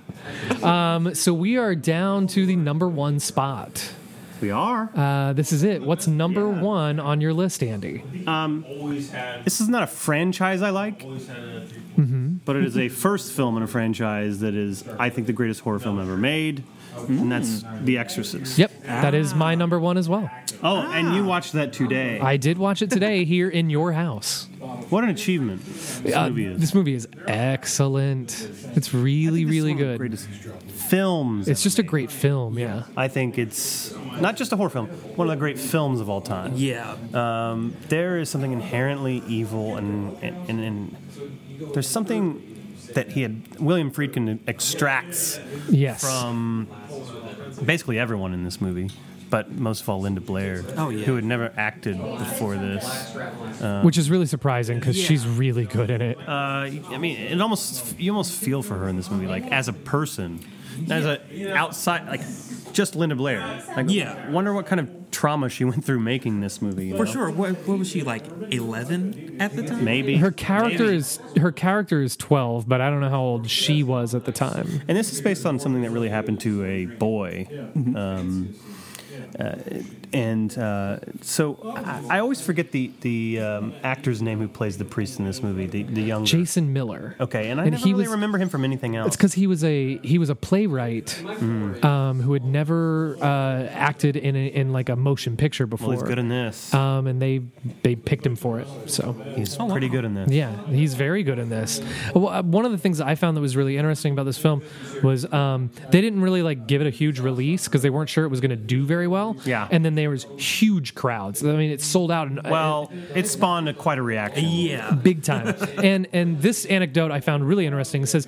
A: Um, so we are down to the number one spot.
B: We are.
A: Uh, this is it. What's number one on your list, Andy?
K: Always had.
B: this is not a franchise I like, mm-hmm,
K: Always had a three.
B: but it is a first film in a franchise that is, I think, the greatest horror film ever made, and that's The Exorcist.
A: Yep, that is my number one as well.
B: Oh, and you watched that today.
A: I did watch it today here in your house.
B: What an achievement this
A: Uh,
B: movie is.
A: this movie is excellent. It's really,
B: It's
A: really
B: one of the
A: good.
B: Greatest films.
A: It's just a great film. Yeah.
B: I think it's not just a horror film, one of the great films of all time.
F: Yeah,
B: Um, there is something inherently evil, and, and, and, and there's something that he had William Friedkin extracts
A: Yes.
B: from basically everyone in this movie. But most of all, Linda Blair,
F: Oh, yeah.
B: who had never acted before this.
A: Which is really surprising because
F: Yeah.
A: she's really good in it.
B: Uh, I mean, it almost you almost feel for her in this movie, like as a person, as a outside, like just Linda Blair. Like,
F: Yeah.
B: Wonder what kind of trauma she went through making this movie. you
F: For
B: know?
F: sure. What, what was she like? Eleven at the time.
B: Maybe
A: Her character is her character is twelve, but I don't know how old she was at the time.
B: And this is based on something that really happened to a boy.
F: Mm-hmm.
B: Um, uh, and uh, so I, I always forget the the um, actor's name who plays the priest in this movie, the, the young
A: Jason Miller.
B: Okay, and I
A: And
B: never
A: he
B: really
A: was-
B: remember him from anything else.
A: It's because he was a he was a playwright
B: Mm.
A: um, who had never uh, acted in a, in like a motion picture before.
B: Well, he's good in this.
A: um, and they they picked him for it. So
B: he's pretty good in this.
A: oh, Yeah, he's very good in this. Well, uh, One of the things that I found that was really interesting about this film was um, they didn't really like give it a huge release because they weren't sure it was going to do very well.
B: Yeah.
A: and then there was huge crowds. I mean, it sold out. In,
B: Well, it spawned a, quite a reaction.
F: Yeah.
A: *laughs* big time. and and this anecdote I found really interesting. It says.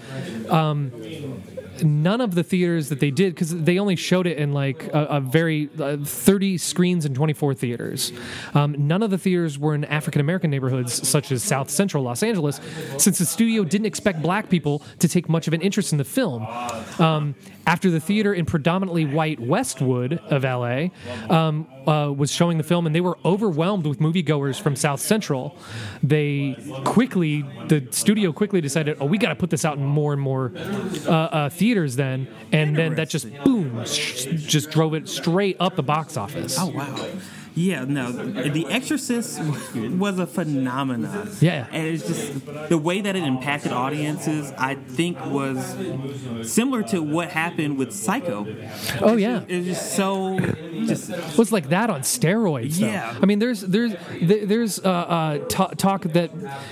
A: Um, None of the theaters that they did, because they only showed it in like a, a very uh, 30 screens and 24 theaters. Um, none of the theaters were in African American neighborhoods such as South Central Los Angeles, since the studio didn't expect black people to take much of an interest in the film. Um, after the theater in predominantly white Westwood of LA um, uh, was showing the film, and they were overwhelmed with moviegoers from South Central, they quickly, the studio quickly decided, oh, we got to put this out in more and more uh, uh, theaters then. And then that just, boom, sh- just drove it straight up the box office.
F: Oh wow. Yeah, no. The Exorcist was a phenomenon.
A: Yeah.
F: and it's just the way that it impacted audiences. I think was similar to what happened with Psycho.
A: Oh, yeah.
F: It was just so, just
A: was like that on steroids. though.
F: Yeah.
A: I mean, there's there's there- there's uh, uh, t- talk that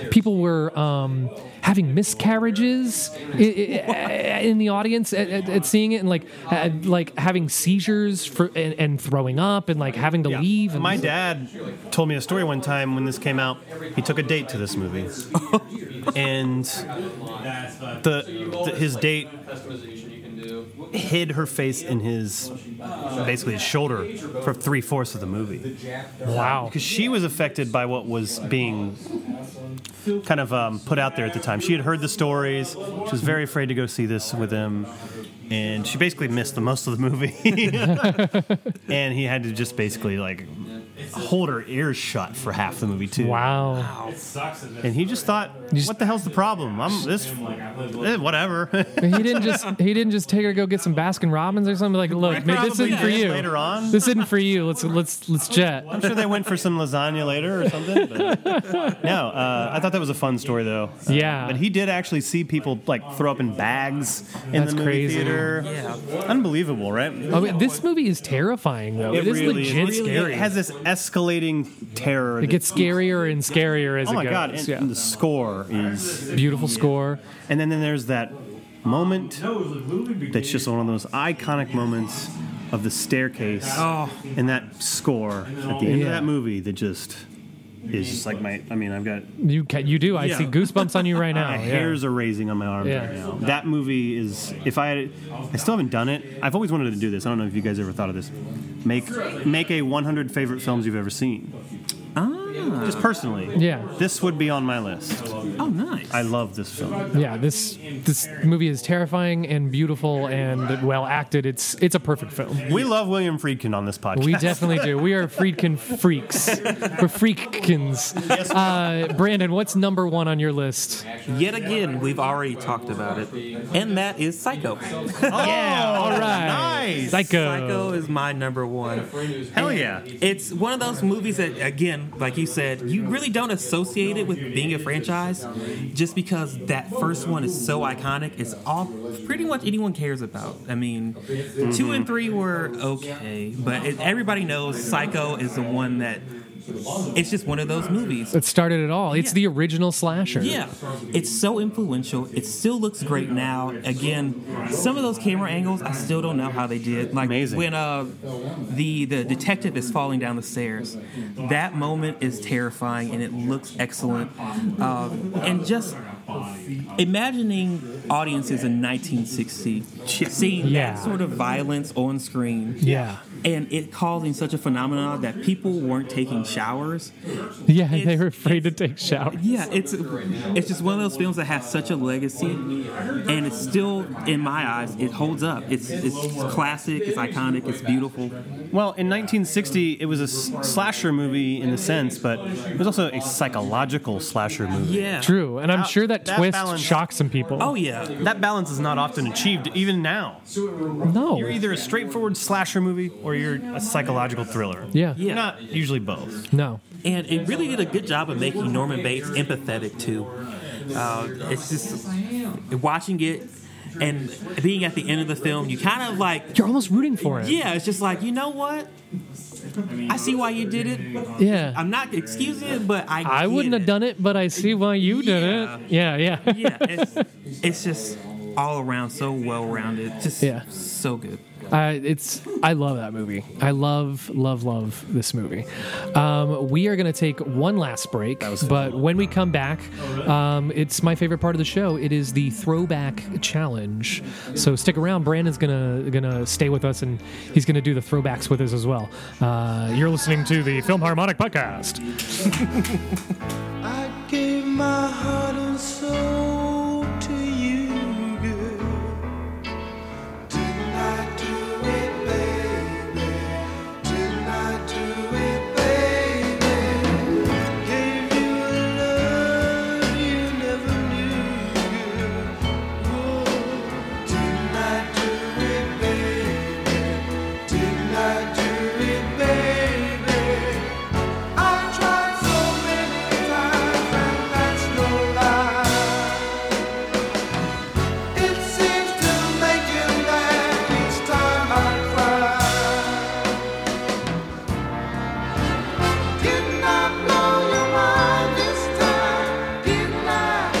A: people were um, having miscarriages i- i- in the audience at, at, at seeing it, and like uh, like having seizures for and, and throwing up, and like having to
B: Yeah.
A: leave. And
B: My dad told me a story one time when this came out. He took a date to
A: *laughs*
B: this movie, and the, the his date hid her face in his basically his shoulder for three fourths of the movie
A: Wow.
B: because she was affected by what was being kind of um, put out there at the time. She had heard the stories. She was very afraid to go see this with him, and she basically missed the most of the movie. *laughs* and he had to just basically like hold her ears shut for half the movie too.
A: Wow.
B: And he just thought, what the hell's the problem? I'm this, eh, whatever. *laughs*
A: he didn't just he didn't just take her to go get some Baskin Robbins or something. Like, look, man, this
B: Probably
A: isn't for
B: did
A: you.
B: later on.
A: This isn't for you. Let's let's let's jet.
B: I'm sure they went for some lasagna later or something. but- no, uh, I thought that was a fun story though. Uh,
A: Yeah.
B: but he did actually see people like throw up in bags in
A: That's
B: the movie
A: crazy.
B: theater.
F: Yeah.
B: unbelievable,
A: I
B: right?
A: mean, this movie is terrifying though. it is legit scary.
B: It has this escalating terror.
A: It
B: that-
A: gets scarier and scarier as
B: oh
A: it
B: my
A: goes.
B: god! And, and the score is,
A: yeah. Beautiful score.
B: and then, then there's that moment that's just one of those iconic moments of the staircase
A: Oh.
B: and that score at the end
A: Yeah.
B: of that movie that just is just like my. I mean, I've got
A: You ca you do. I see goosebumps on you right
B: *laughs*
A: now.
B: My
A: Oh, yeah.
B: hairs are raising on my arms
A: Yeah.
B: right now. That movie is. If I, had, I still haven't done it. I've always wanted to do this. I don't know if you guys ever thought of this. Make make a 100 favorite films you've ever seen. Just personally.
A: Ah. Yeah.
B: This would be on my list.
F: oh nice.
B: I love this film.
A: yeah, this this movie is terrifying and beautiful and well acted. It's it's a perfect film.
B: We love William Friedkin on this podcast.
A: We definitely do. We are Friedkin freaks. We're freakkins. Uh, Brandon, what's number one on your list?
F: Yet again, we've already talked about it, and that is Psycho. *laughs*
A: yeah, all right.
B: Oh, nice.
A: Psycho.
F: Psycho is my number one.
B: Hell yeah.
F: It's one of those movies that, again, like you said, you really don't associate it with being a franchise just because that first one is so iconic. It's all pretty much anyone cares about. I mean, two and three were okay, but it, everybody knows Psycho is the one that it's just one of those movies.
A: It started it all. It's
F: Yeah.
A: the original slasher.
F: Yeah, it's so influential. It still looks great now. Again, some of those camera angles, I still don't know how they did. Like
B: Amazing.
F: when uh, the the detective is falling down the stairs, that moment is terrifying, and it looks excellent. Uh, and just imagining audiences in 1960 seeing
A: Yeah.
F: that sort of violence on screen
A: Yeah.
F: and it causing such a phenomenon that people weren't taking showers.
A: Yeah,
F: It's-
A: they were afraid to take showers.
F: Yeah, it's it's just one of those films that has such a legacy, and it's still in my eyes it holds up. It's it's classic, it's iconic, it's beautiful.
B: Well, in 1960, it was a s- slasher movie in a sense, but it was also a psychological slasher movie.
F: Yeah,
A: True, and I'm
B: That-
A: sure that,
B: that
A: twist
B: balance-
A: shocked some people.
F: Oh yeah,
B: That balance is not often achieved, even now.
A: no,
B: You're either a straightforward slasher movie or you're a psychological thriller.
A: yeah,
F: Yeah.
B: You're not usually both.
A: no,
F: and it really did a good job of making Norman Bates empathetic too. Uh, it's just watching it and being at the end of the film, you kind of like
A: you're almost rooting for it.
F: yeah, it's just like you know what. I see why you did it.
A: yeah.
F: I'm not excusing it, but I.
A: I
F: get
A: wouldn't have done it, but I see why you did
F: Yeah.
A: it. Yeah, yeah.
F: yeah, it's, it's just all around so well rounded. Just
A: Yeah.
F: so good.
A: Uh, it's *laughs* I love that movie. I love love love this movie. Um, we are going to take one last break, but when we come back, um, it's my favorite part of the show. It is the throwback challenge. So stick around. Brandon's gonna gonna stay with us, and he's gonna do the throwbacks with us as well. Uh, you're listening to the Film Harmonic Podcast.
H: I gave my heart and soul to you, girl. Didn't I do it, baby? Didn't I do it, baby? Gave you a love you never knew, girl. Oh, didn't I do it, baby? Didn't I do it, baby? I tried so many times, and that's no lie. It seems to make you laugh each time I cry. Did not blow your mind this time, did not.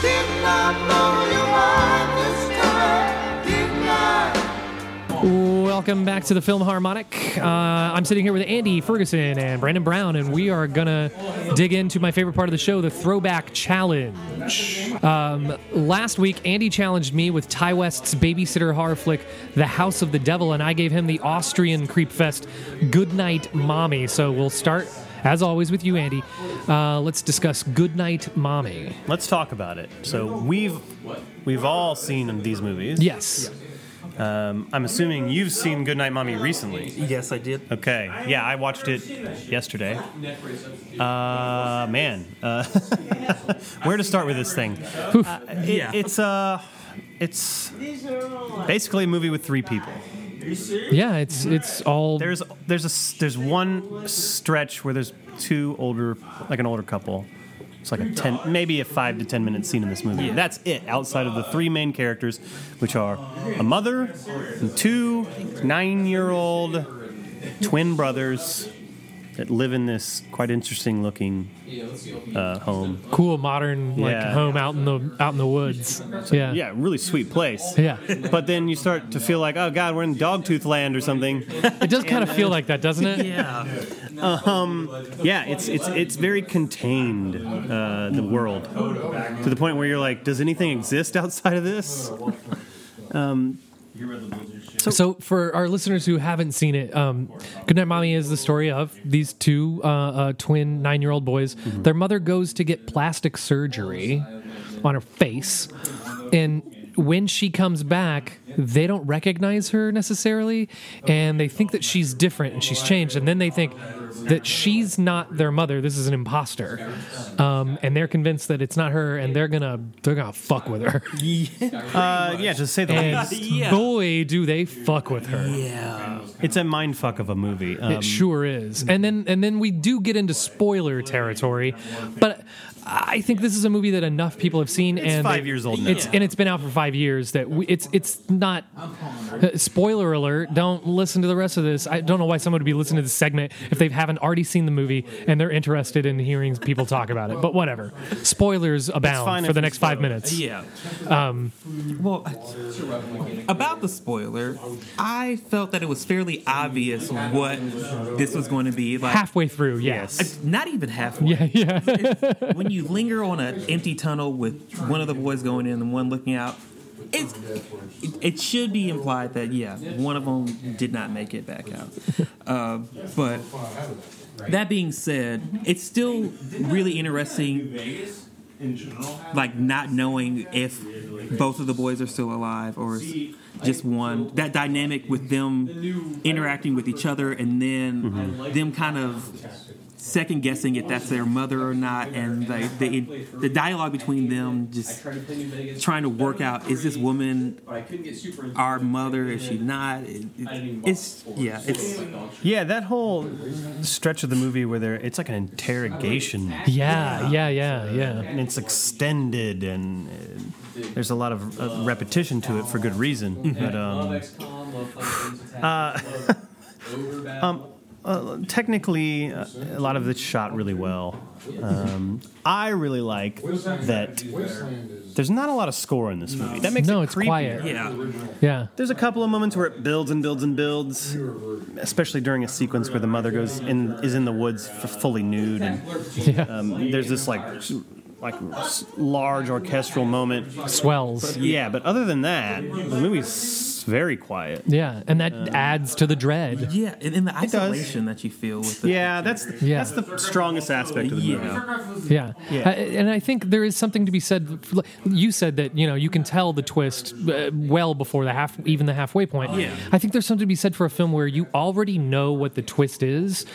H: Did not blow your mind this time, did not.
A: Welcome back to the Film Harmonic. Uh, I'm sitting here with Andy Ferguson and Brandon Brown, and we are gonna dig into my favorite part of the show, the Throwback Challenge. Um, last week, Andy challenged me with Ty West's babysitter horror flick, The House of the Devil, and I gave him the Austrian creep fest, Goodnight Mommy. So we'll start, as always, with you, Andy. Uh, let's discuss Goodnight Mommy.
B: Let's talk about it. So we've we've all seen these movies.
A: Yes.
B: Um, I'm assuming you've seen Goodnight Mommy recently.
F: Yes, I did.
B: Okay. Yeah, I watched it yesterday. Uh, man, uh, *laughs* where to start with this thing? Uh, it-
F: Yeah.
B: it's uh, it's basically a movie with three people.
A: Yeah, it's it's all
B: There's there's a s- there's one stretch where there's two older like an older couple. It's like a ten maybe a five to ten minute scene in this movie. That's it. Outside of the three main characters, which are a mother, and two nine year old twin brothers that live in this quite interesting looking uh, home.
A: cool modern like
B: Yeah.
A: home out in the out in the woods. Yeah.
B: Yeah, really sweet place.
A: Yeah.
B: But then you start to feel like, oh god, we're in Dogtooth Land or something.
A: It does kind of feel like that, doesn't it?
F: Yeah,
B: Yeah, it's it's it's very contained uh, the world to the point where you're like, does anything exist outside of this?
A: So, for our listeners who haven't seen it, um, Goodnight Mommy is the story of these two uh, uh, twin nine year old boys. Their mother goes to get plastic surgery on her face. And when she comes back, they don't recognize her necessarily. And they think that she's different and she's changed. And then they think that she's not their mother. This is an imposter. Um, and they're convinced that it's not her and they're going to they're gonna fuck with her.
B: Uh, yeah, to say the
A: And
B: least,
F: Yeah.
A: boy, do they fuck with her.
F: yeah.
B: it's a mindfuck of a movie. Um,
A: It sure is. And then and then we do get into spoiler territory, but I think this is a movie that enough people have seen. and
B: five
A: they-
B: years old now.
A: It's and it's been out for five years. That we, it's it's not. *laughs* uh, spoiler alert! Don't listen to the rest of this. I don't know why someone would be listening to this segment if they haven't already seen the movie and they're interested in hearing people talk about it. But whatever. Spoilers
B: fine
A: abound for
B: if
A: the
B: you
A: next five
B: spoil it.
A: minutes.
F: Yeah. Um, well, about the spoiler, I felt that it was fairly obvious what this was going to be. Like,
A: Halfway through, yes.
F: not even halfway.
A: *laughs* Yeah, yeah.
F: when you linger on an empty tunnel with one of the boys going in and one looking out, it's, it- it should be implied that yeah, one of them did not make it back out. Uh, but that being said, it's still really interesting
I: Vegas in general.
F: like not knowing if both of the boys are still alive or is just one that dynamic with them interacting with each other and then them kind of second guessing if that's their mother or not and like the the dialogue between them just trying to work out is this woman
I: But I couldn't get super into
F: our mother is she not It- it- it's yeah it's
B: Yeah, that whole stretch of the movie where they're it's like an interrogation
A: Yeah, yeah, yeah, yeah.
B: and it's extended and uh, there's a lot of uh, repetition to it for good reason. But um,
I: XCOM, love playing games attack, love um,
B: uh, technically, uh, a lot of it's shot really well. Um, I really like that. There's not a lot of score in this movie. That makes
A: No,
B: it
A: it's
B: creepier.
A: quiet.
F: yeah
A: Yeah.
B: There's a couple of moments where it builds and builds and builds, especially during a sequence where the mother goes in is in the woods f- fully nude, and
A: Yeah.
B: um, there's this like s- like s- large orchestral moment.
A: Swells.
B: Yeah, but other than that, the movie's very quiet.
A: Yeah, and
F: Uh,
A: that adds to the dread.
F: yeah and, and the
B: does.
F: isolation that you feel with the,
B: Yeah, that's
A: Yeah.
B: that's the strongest aspect of the movie.
F: yeah
A: Yeah.
B: Yeah.
A: I- and I think there is something to be said. for- You said that you know you can tell the twist uh, well before the half, even the halfway point.
F: Yeah.
A: I think there's something to be said for a film where you already know what the twist is,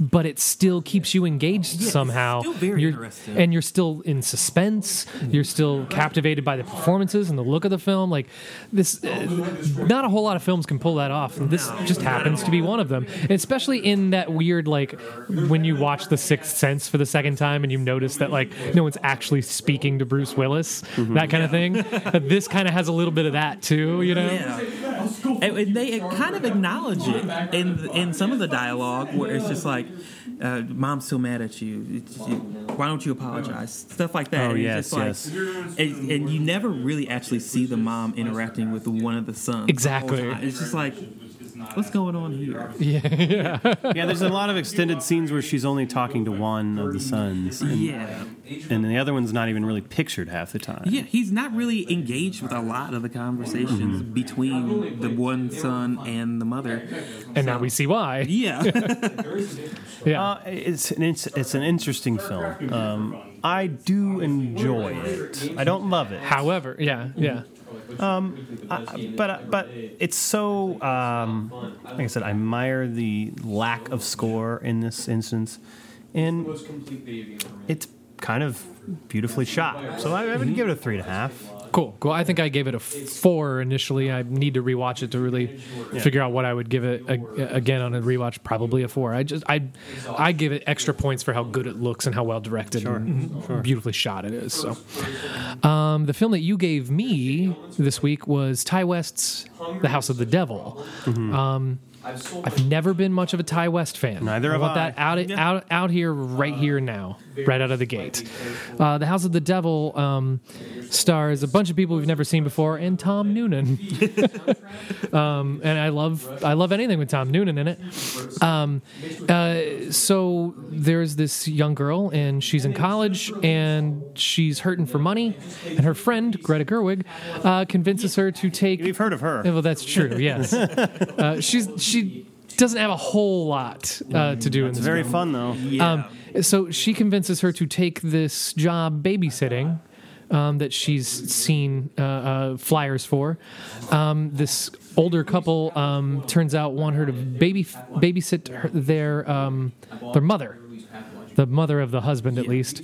A: but it still keeps you engaged
F: it's
A: somehow.
F: still very
A: You're-
F: interesting.
A: and you're still in suspense. You're still captivated by the performances and the look of the film. Like this, uh, not a whole lot of films can pull that off. This just happens to be one of them, especially in that weird like when you watch The Sixth Sense for the second time and you notice that like no one's actually speaking to Bruce Willis, that kind of thing. *laughs* this kind of has a little bit of that too, you know?
F: Yeah, and, and they kind of acknowledge it in in some of the dialogue where it's just like, uh, "Mom's so mad at you. It's- you- Why don't you apologize?" Stuff like that.
B: Oh,
F: And you're
B: yes,
F: just like-
B: yes.
F: And, and you never really actually see the mom interacting with one of the sons. the whole
A: Exactly.
F: time. It's just like, what's going on here?
A: *laughs*
B: Yeah, there's a lot of extended scenes where she's only talking to one of the sons, and,
F: Yeah,
B: and the other one's not even really pictured half the time.
F: yeah. He's not really engaged with a lot of the conversations between the one son and the mother.
A: And now we see why.
F: Yeah,
A: *laughs* Yeah.
B: Uh, it's an it's, it's an interesting film. Um, I do enjoy it. I don't love it,
A: However, yeah, yeah.
B: I- but uh, but it's so. Um, like I said, I admire the lack of score in this instance, and it's kind of beautifully shot. So I, I
A: Mm-hmm.
B: would give it a three and a half.
A: Cool, cool. I think I gave it a four initially. I need to rewatch it to really figure out what I would give it a, again on a rewatch. Probably a four. I just I I give it extra points for how good it looks and how well directed and beautifully shot it is. So, um, the film that you gave me this week was Ty West's The House of the Devil.
B: Mm-hmm.
A: Um, I've never been much of a Ty West fan.
B: Neither
A: I
B: have
A: want
B: I.
A: that out out out here right here now, right out of the gate. Uh, the House of the Devil. Um, stars a bunch of people we've never seen before and Tom Noonan. um, and I love I love anything with Tom Noonan in it. Um, uh, so there's this young girl and she's in college and she's hurting for money, and her friend Greta Gerwig uh, convinces her to take
B: We've heard of her.
A: yeah, Well, that's true. Yes, uh, she's she doesn't have a whole lot uh, to do in
B: It's
A: this.
B: very fun though.
A: Um, so she convinces her to take this job babysitting um, that she's seen uh, uh, flyers for. Um, this older couple um, turns out want her to baby babysit her, their um, their mother, the mother of the husband at least,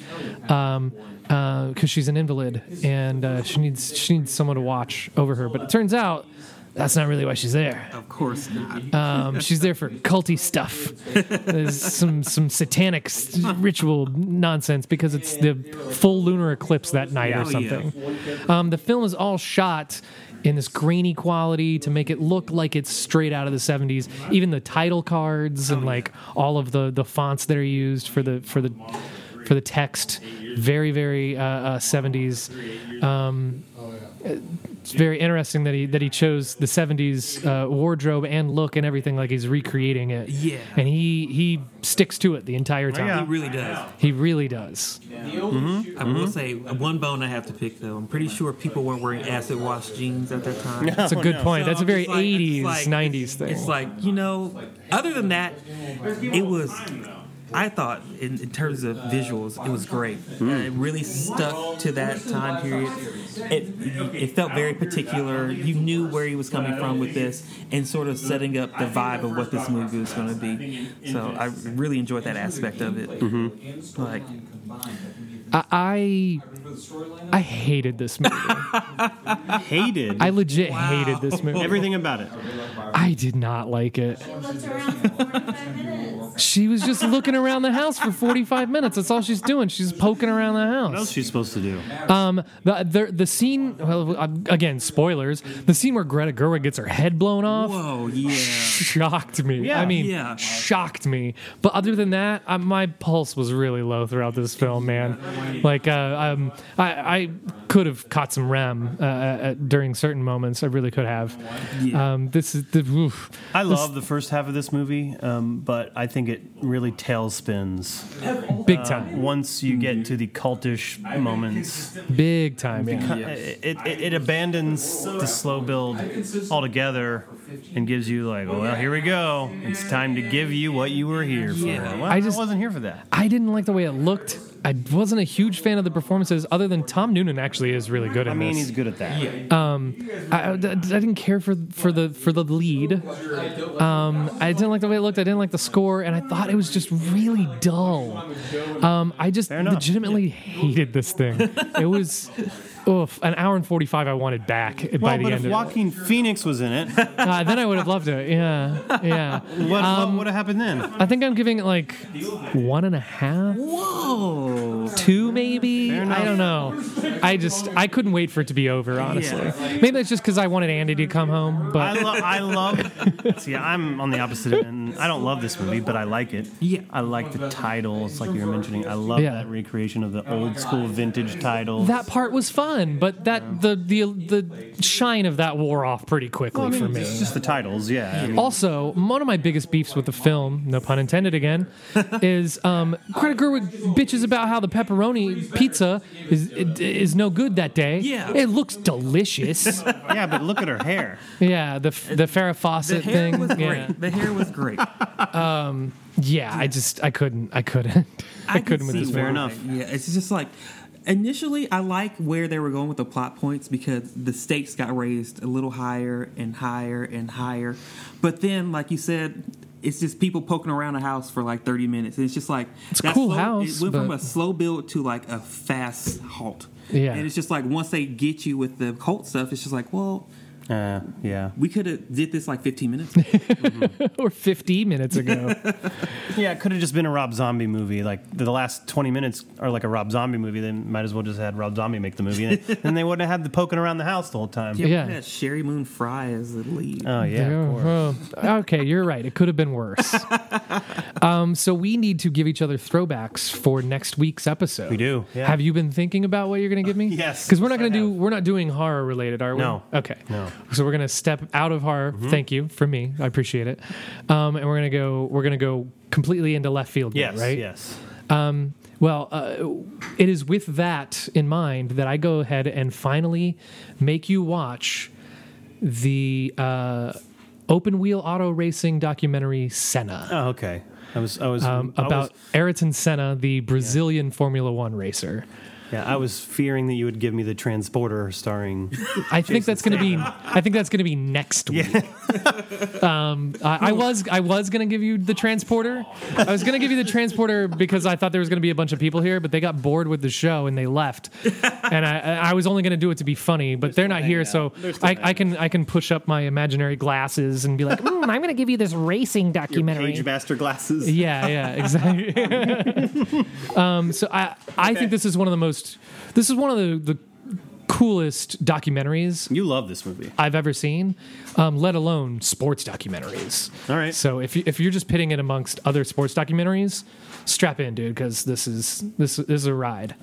A: um, because she's an invalid and uh, she needs she needs someone to watch over her. But it turns out. That's not really why she's there.
F: of course not.
A: Um, she's there for culty stuff. There's some some satanic s- ritual nonsense because it's the full lunar eclipse that night or
F: Oh, yeah.
A: something. Um, the film is all shot in this grainy quality to make it look like it's straight out of the 70s. Even the title cards and like all of the the fonts that are used for the for the for the text. Very, very uh, uh, 70s. Um, it's very interesting that he that he chose the 70s uh, wardrobe and look and everything like he's recreating it.
F: Yeah. Oh,
A: And he he sticks to it the entire time.
F: He really does.
A: He really does.
F: I will say uh, one bone I have to pick though. I'm pretty sure people weren't wearing acid wash jeans at that
A: *laughs*
F: time.
A: That's a good point. That's a
F: I'm
A: very
F: just like- Oh, it's
A: 80s,
F: like-
A: 90s thing.
F: It's like you know. Other than that, it was. I thought, in, in terms of visuals, it was great. Uh, it really stuck to that time period. It it felt very particular. You knew where he was coming from with this, and sort of setting up the vibe of what this movie was going to be. So I really enjoyed that aspect of it. Like,
A: I I, I hated this
F: *laughs*
A: movie.
B: Hated
A: I legit hated this movie.
B: everything about it.
A: I did not like it.
H: Looked around for 45 minutes.
A: She was just looking around the house for 45 minutes. That's all she's doing. She's poking around the house.
B: What else she's supposed to do?
A: Um, The, the the scene well um, again spoilers the scene where Greta Gerwig gets her head blown off
F: whoa, yeah.
A: *laughs* shocked me
B: Yeah.
A: I mean
F: Yeah.
A: shocked me but other than that I, my pulse was really low throughout this film man like uh, um, I I could have caught some REM uh, uh, during certain moments I really could have um, this is the oof.
B: I love the first half of this movie, um, but I think it really tailspins Uh,
A: big time
B: once you get to the cultish moments.
A: big time yeah.
B: It, it, it abandons the slow build altogether and gives you like, "Oh, well, here we go. It's time to give you what you were here for. Well, I
A: just-
B: just wasn't here for that.
A: I didn't like the way it looked I wasn't a huge fan of the performances other than Tom Noonan actually is really good in
B: I mean,
A: this
B: he's good at that.
A: I, I- I didn't care for for the for the lead. Um, I didn't like the way it looked. I didn't like the score, and I thought it was just really dull. Um, I just
B: enough.
A: legitimately hated this thing. *laughs* It was. Oof, an hour and forty five. I wanted back by
B: Well,
A: the
B: but if
A: end of it.
B: Joaquin Phoenix was in it, what,
A: Uh, then I would have loved it. Yeah, yeah.
B: what, would have happened then?
A: I think I'm giving it like one and a half.
F: Whoa!
A: two maybe
B: Fair
A: i don't know i just i couldn't wait for it to be over honestly maybe that's just because i wanted andy to come home
B: I,
A: but
B: lo- I love. See, I'm on the opposite end. I don't love this movie, but I like it.
F: Yeah.
B: I like the titles, like you were mentioning. I love
A: Yeah.
B: that recreation of the old school vintage titles.
A: that part was fun but that the the the shine of that wore off pretty quickly for me
B: It's just the titles, yeah. I mean,
A: also, one of my biggest beefs with the film, no pun intended
F: *laughs*
A: again, is um, Greta Gerwig bitches about how the pepperoni pizza is is no good that day.
F: Yeah.
A: it looks
F: *laughs*
A: delicious.
B: yeah, but look at her hair.
A: yeah, the the Farrah
F: The
A: Fawcett
F: hair
A: thing.
F: was great.
A: yeah.
F: The hair was great.
A: yeah, I just I couldn't I couldn't I,
F: could
A: couldn't with
F: see
A: this
F: why.
A: one.
B: enough.
F: Yeah, it's just like initially I like where they were going with the plot points because the stakes got raised a little higher and higher and higher. But then, like you said, it's just people poking around a house for like thirty minutes. And it's just like
A: It's a
F: that
A: cool
F: slow-
A: house,
F: It went from
A: but-
F: a slow build to like a fast halt.
A: Yeah.
F: and it's just like once they get you with the cult stuff, it's just like, well,
B: *laughs* Uh, yeah.
F: we could have did this like fifteen minutes.
A: *laughs* or 50 minutes ago.
B: Yeah, it could have just been a Rob Zombie movie. Like the last 20 minutes are like a Rob Zombie movie. They might as well just had Rob Zombie make the movie. And then *laughs* they wouldn't have had the poking around the house the whole time.
F: *laughs* Yeah, we
A: Yeah.
F: had Sherry Moon Fry as the lead.
B: Oh, yeah. of course.
A: Oh, okay, you're right. It could have been
B: *laughs*
A: worse. um, so we need to give each other throwbacks for next week's episode.
B: We do, yeah.
A: Have you been thinking about what you're going to give me?
B: *laughs* yes,
A: Because we're not
B: yes,
A: going
B: I
A: to do
B: have.
A: we're not doing horror related, are we?
B: No.
A: Okay.
B: No. Mm-hmm.
A: So we're going to step out of horror. Thank you for me. I appreciate it. Um, and we're going to go we're going to go completely into left field. now,
B: Yes,
A: Right.
B: yes.
A: Well, uh, it is with that in mind that I go ahead and finally make you watch the uh, open wheel auto racing documentary Senna
B: Oh, okay. I was, I was
A: um,
B: I was-
A: about Ayrton Senna, the Brazilian Formula One racer.
B: yeah, I was fearing that you would give me the transporter starring.
A: I think that's going to be. I think that's going to be next week. um, I, I was I was going to give you the transporter. I was going to give you the transporter because I thought there was going to be a bunch of people here, but they got bored with the show and they left. And I, I was only going to do it to be funny, but they're not here, so I, I can I can push up my imaginary glasses and be like, mm, I'm going to give you this racing documentary.
B: Master glasses.
A: Yeah, yeah, exactly. *laughs* um, so I, I think this is one of the most, this is one of the, the coolest documentaries
B: You love this movie.
A: I've ever seen, um, let alone sports documentaries.
B: All right.
A: So if you, if you're just pitting it amongst other sports documentaries, strap in, dude, because this is this, this is a ride.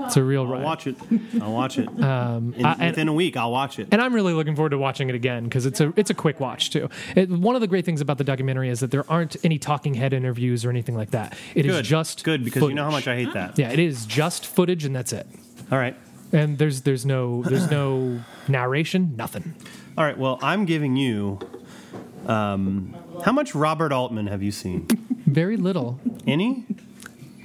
A: it's a real
B: I'll
A: ride.
B: *laughs* watch it. I'll watch it. In-
A: Um, I- and-
B: within a week, I'll watch it.
A: and I'm really looking forward to watching it again because it's a it's a quick watch too. It, one of the great things about the documentary is that there aren't any talking head interviews or anything like that. It is
B: good.
A: just
B: good because you know how much
A: footage.
B: I hate that.
A: yeah, it is just footage and that's it.
B: All right.
A: And there's there's no there's
B: *sighs*
A: no narration, nothing.
B: All right. Well, I'm giving you. Um, how much Robert Altman have you seen?
A: Very little.
B: Any?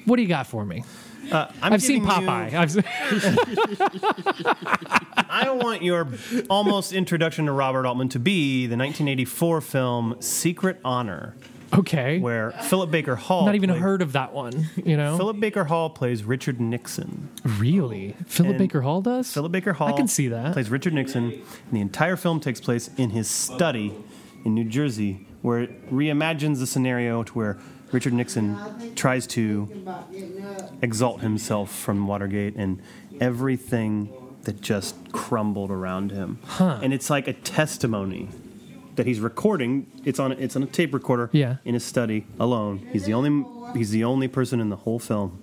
A: What do you got for me?
B: i
A: I've seen Popeye. I've *laughs* se-
B: *laughs* I want your almost introduction to Robert Altman to be the 1984 film Secret Honor,
A: okay.
B: where Philip Baker Hall.
A: Not even
B: played-
A: heard of that one, you know?
B: Philip Baker Hall plays Richard Nixon.
A: really? Philip
B: and
A: Baker Hall does?
B: Philip Baker Hall.
A: I can see that.
B: Plays Richard Nixon, and the entire film takes place in his study in New Jersey, where it reimagines the scenario to where Richard Nixon tries to exalt himself from Watergate and everything that just crumbled around him. And it's like a testimony that he's recording. It's on it's on a tape recorder.
A: Yeah.
B: In his study alone, he's the only he's the only person in the whole film.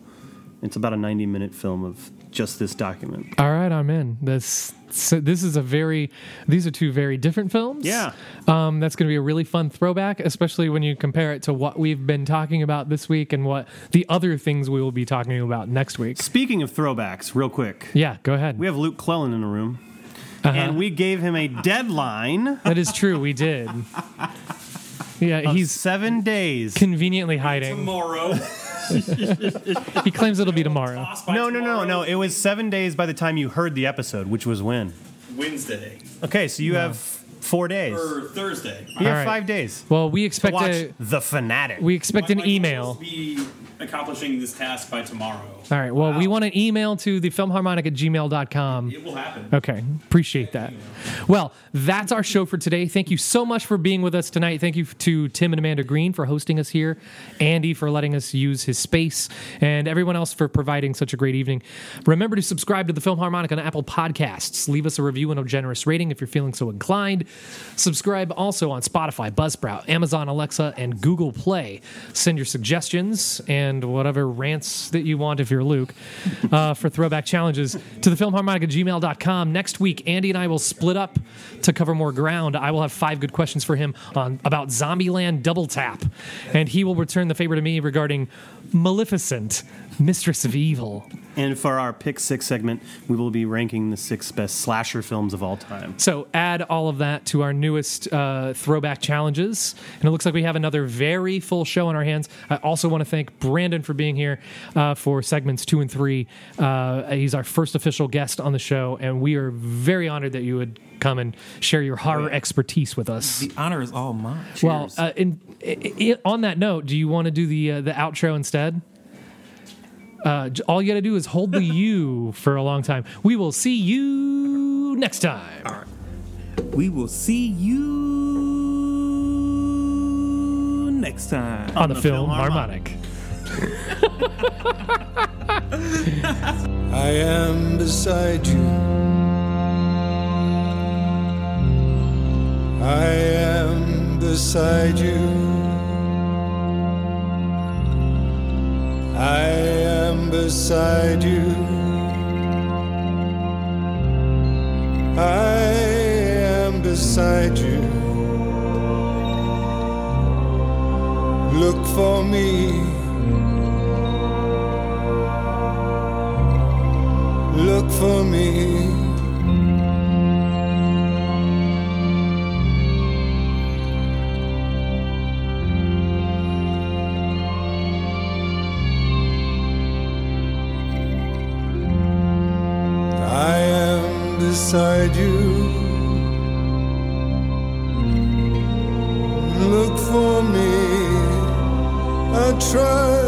B: It's about a 90 minute film of just this document.
A: All right, I'm in. This so this is a very these are two very different films.
B: Yeah.
A: Um, that's going to be a really fun throwback, especially when you compare it to what we've been talking about this week and what the other things we will be talking about next week.
B: Speaking of throwbacks, real quick,
A: Yeah, go ahead.
B: we have Luke Clellin in the room,
A: Uh-huh.
B: and we gave him a deadline
A: that is true. We
B: *laughs*
A: did. Yeah,
B: of
A: he's
B: seven days.
A: conveniently hiding.
I: Tomorrow.
A: He claims it'll be tomorrow.
I: Toss by
B: No, no, no,
I: tomorrow,
B: no. It was seven days by the time you heard the episode, which was when.
I: Wednesday
B: Okay, so you have four days. You
I: or Thursday.
B: have
A: All right.
B: five days.
A: Well, we
B: To
A: expect
B: watch
A: a
B: The Fanatic.
A: we expect an
I: My goal is
A: email.
I: to Be accomplishing this task by tomorrow.
A: All right. Well, we want an email to the filmharmonic at gmail.com.
I: It will happen.
A: Okay, appreciate that. Well, that's our show for today. Thank you so much for being with us tonight. Thank you to Tim and Amanda Green for hosting us here, Andy for letting us use his space, and everyone else for providing such a great evening. Remember to subscribe to the Film Harmonic on Apple Podcasts. Leave us a review and a generous rating if you're feeling so inclined. Subscribe also on Spotify, Buzzsprout, Amazon Alexa, and Google Play. Send your suggestions and whatever rants that you want if you're Luke uh, for throwback challenges to the filmharmonic at gmail.com. Next week, Andy and I will split up to cover more ground. I will have five good questions for him on about Zombieland Double Tap, and he will return the favor to me regarding Maleficent, Mistress of Evil.
B: and for our Pick Six segment, we will be ranking the six best slasher films of all time.
A: So add all of that to our newest uh, throwback challenges, and it looks like we have another very full show on our hands. I also want to thank Brandon for being here uh, for segments two and three. Uh, he's our first official guest on the show, and we are very honored that you would come and share your horror expertise with us.
F: The honor is all mine.
A: Well, uh, in, i i on that note, do you want to do the uh, the outro instead? Uh, j- all you got to do is hold the U for a long time. We will see you next time.
F: We will see you next time.
A: on, the, film, harmonic.
L: I am beside you. I am beside you. I am beside you. I am beside you. Look for me. look for me. I am beside you. Look for me. I try